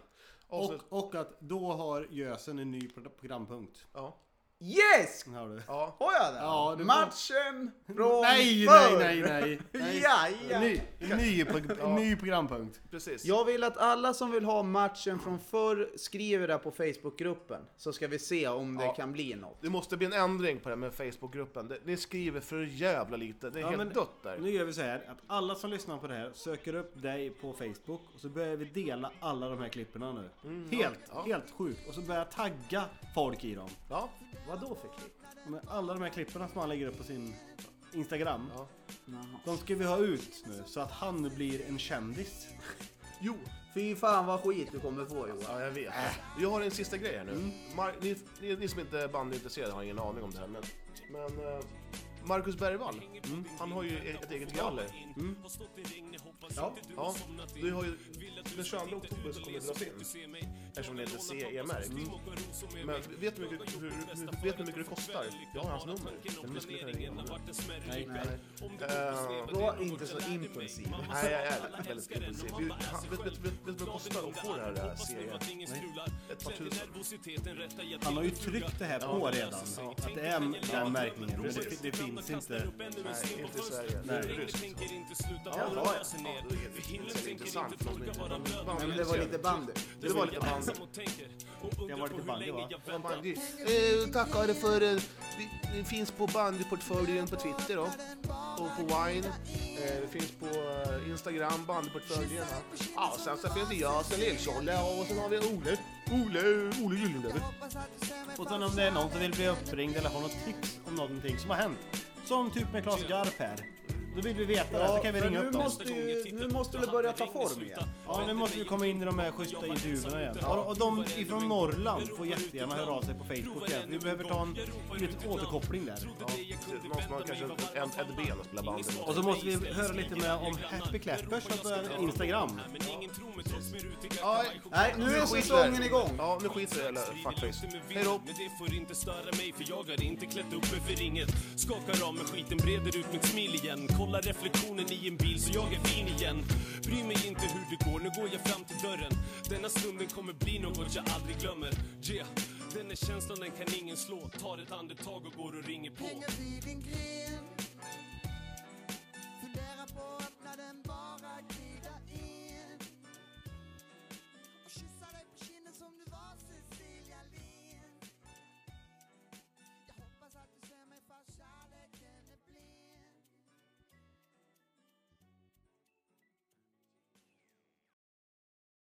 D: Och,
B: Avsnitt,
D: och att då har Gösen en ny pro- programpunkt.
B: ja.
C: (laughs) Yes!
D: Den har du.
B: Ja.
C: Har jag det?
D: Ja, du-
C: Matchen från
D: Nej,
C: förr.
D: nej, nej, nej. nej.
C: ja, ja.
D: Ny, ny, pro- ny programpunkt.
B: Precis.
C: Jag vill att alla som vill ha matchen från förr skriver det på Facebookgruppen. Så ska vi se om det
B: Ja.
C: kan bli något.
B: Det måste bli en ändring på det här med Facebookgruppen. Det- Ni skriver för jävla lite. Det är
D: Ja,
B: helt
D: men
B: dött där.
D: Nu gör vi så här att alla som lyssnar på det här söker upp dig på Facebook och så börjar vi dela alla de här klippen nu.
C: Mm,
D: helt, helt sjukt. Och så börjar jag tagga folk i dem.
B: Ja.
C: Vad då för klipp?
D: Men alla de här klipparna som han lägger upp på sin Instagram. De ska vi ha ut nu så att han blir en
C: (laughs)
D: kändis.
B: Jo.
C: Fy fan vad skit du kommer få Johan.
B: Ja, jag vet. Jag har en sista grej här nu. Mar- ni, ni, ni som inte är bandyintresserade har ingen aning om det här, men... men eh, Marcus Bergvall, han har ju e- ett eget galler. Ja. ja. Du har ju, den 22 oktober så kommer det dras in. Eftersom det inte är CE-märkt. Men vet ni hur, mycket- hur, hur, vet ni hur mycket det kostar? Jag har hans nummer. Men ni skulle kunna ringa honom.
D: Nej, nej.
B: Eh,
C: Var inte så impulsiv.
B: Nej, jag är väldigt impulsiv. Vi- han- Vet vet- vet- vet du vad det kostar att få det här eh, CE? Ett par tusen.
D: Han har ju tryckt det här på redan. Att det är den märkningen. Men det, det finns inte.
B: Nej, inte i Sverige. Det är ryskt.
C: Ja, ja.
B: Ja, det är ryskt intressant. för någon som inte-
C: Nej, men det var lite bandy.
B: Det var lite bandy.
D: Jag var lite bandy va?
B: Det var bandy. Eh, tackar för... eh, vi- Vi finns på bandyportföljen på Twitter då. Och på Wine. Eh, vi finns på eh, Instagram, bandyportföljen. va. Ja, sen så finns det jag, sen Lill-Tjolle och sen har vi Ole. Ole, Ole Gyllenlöv.
D: Och sen om det är någon som vill bli uppringd eller har något tips om någonting som har hänt. Som typ med Klas Garp här. Då vill vi veta det, så
C: Ja,
D: kan vi
C: för
D: ringa
C: nu,
D: upp dem.
C: måste ju, nu måste det börja ta form igen.
D: Ja, nu måste vi komma in i de här schyssta intervjuerna igen. Och, och de ifrån Norrland får jättegärna höra av sig på Facebook igen. Vi behöver ta en liten återkoppling där.
B: Någon som har kanske ett- ett ett ben att spela bandy mot.
D: Och så måste vi höra lite mer om Happy Clappers på Instagram.
B: Ja,
C: Nej, nu är
B: skiter.
C: säsongen igång.
B: Ja, nu skiter jag i alla fuckface. Hej då!
H: Men det får inte störa mig för jag har inte klätt upp mig för inget Skakar av mig skiten, breder ut mitt smil igen Kollar reflektionen i en bil så jag är fin igen Bryr mig inte hur det går, nu går jag fram till dörren Denna stunden kommer bli något jag aldrig glömmer Yeah, den här känslan den kan ingen slå Tar ett andetag och går och ringer på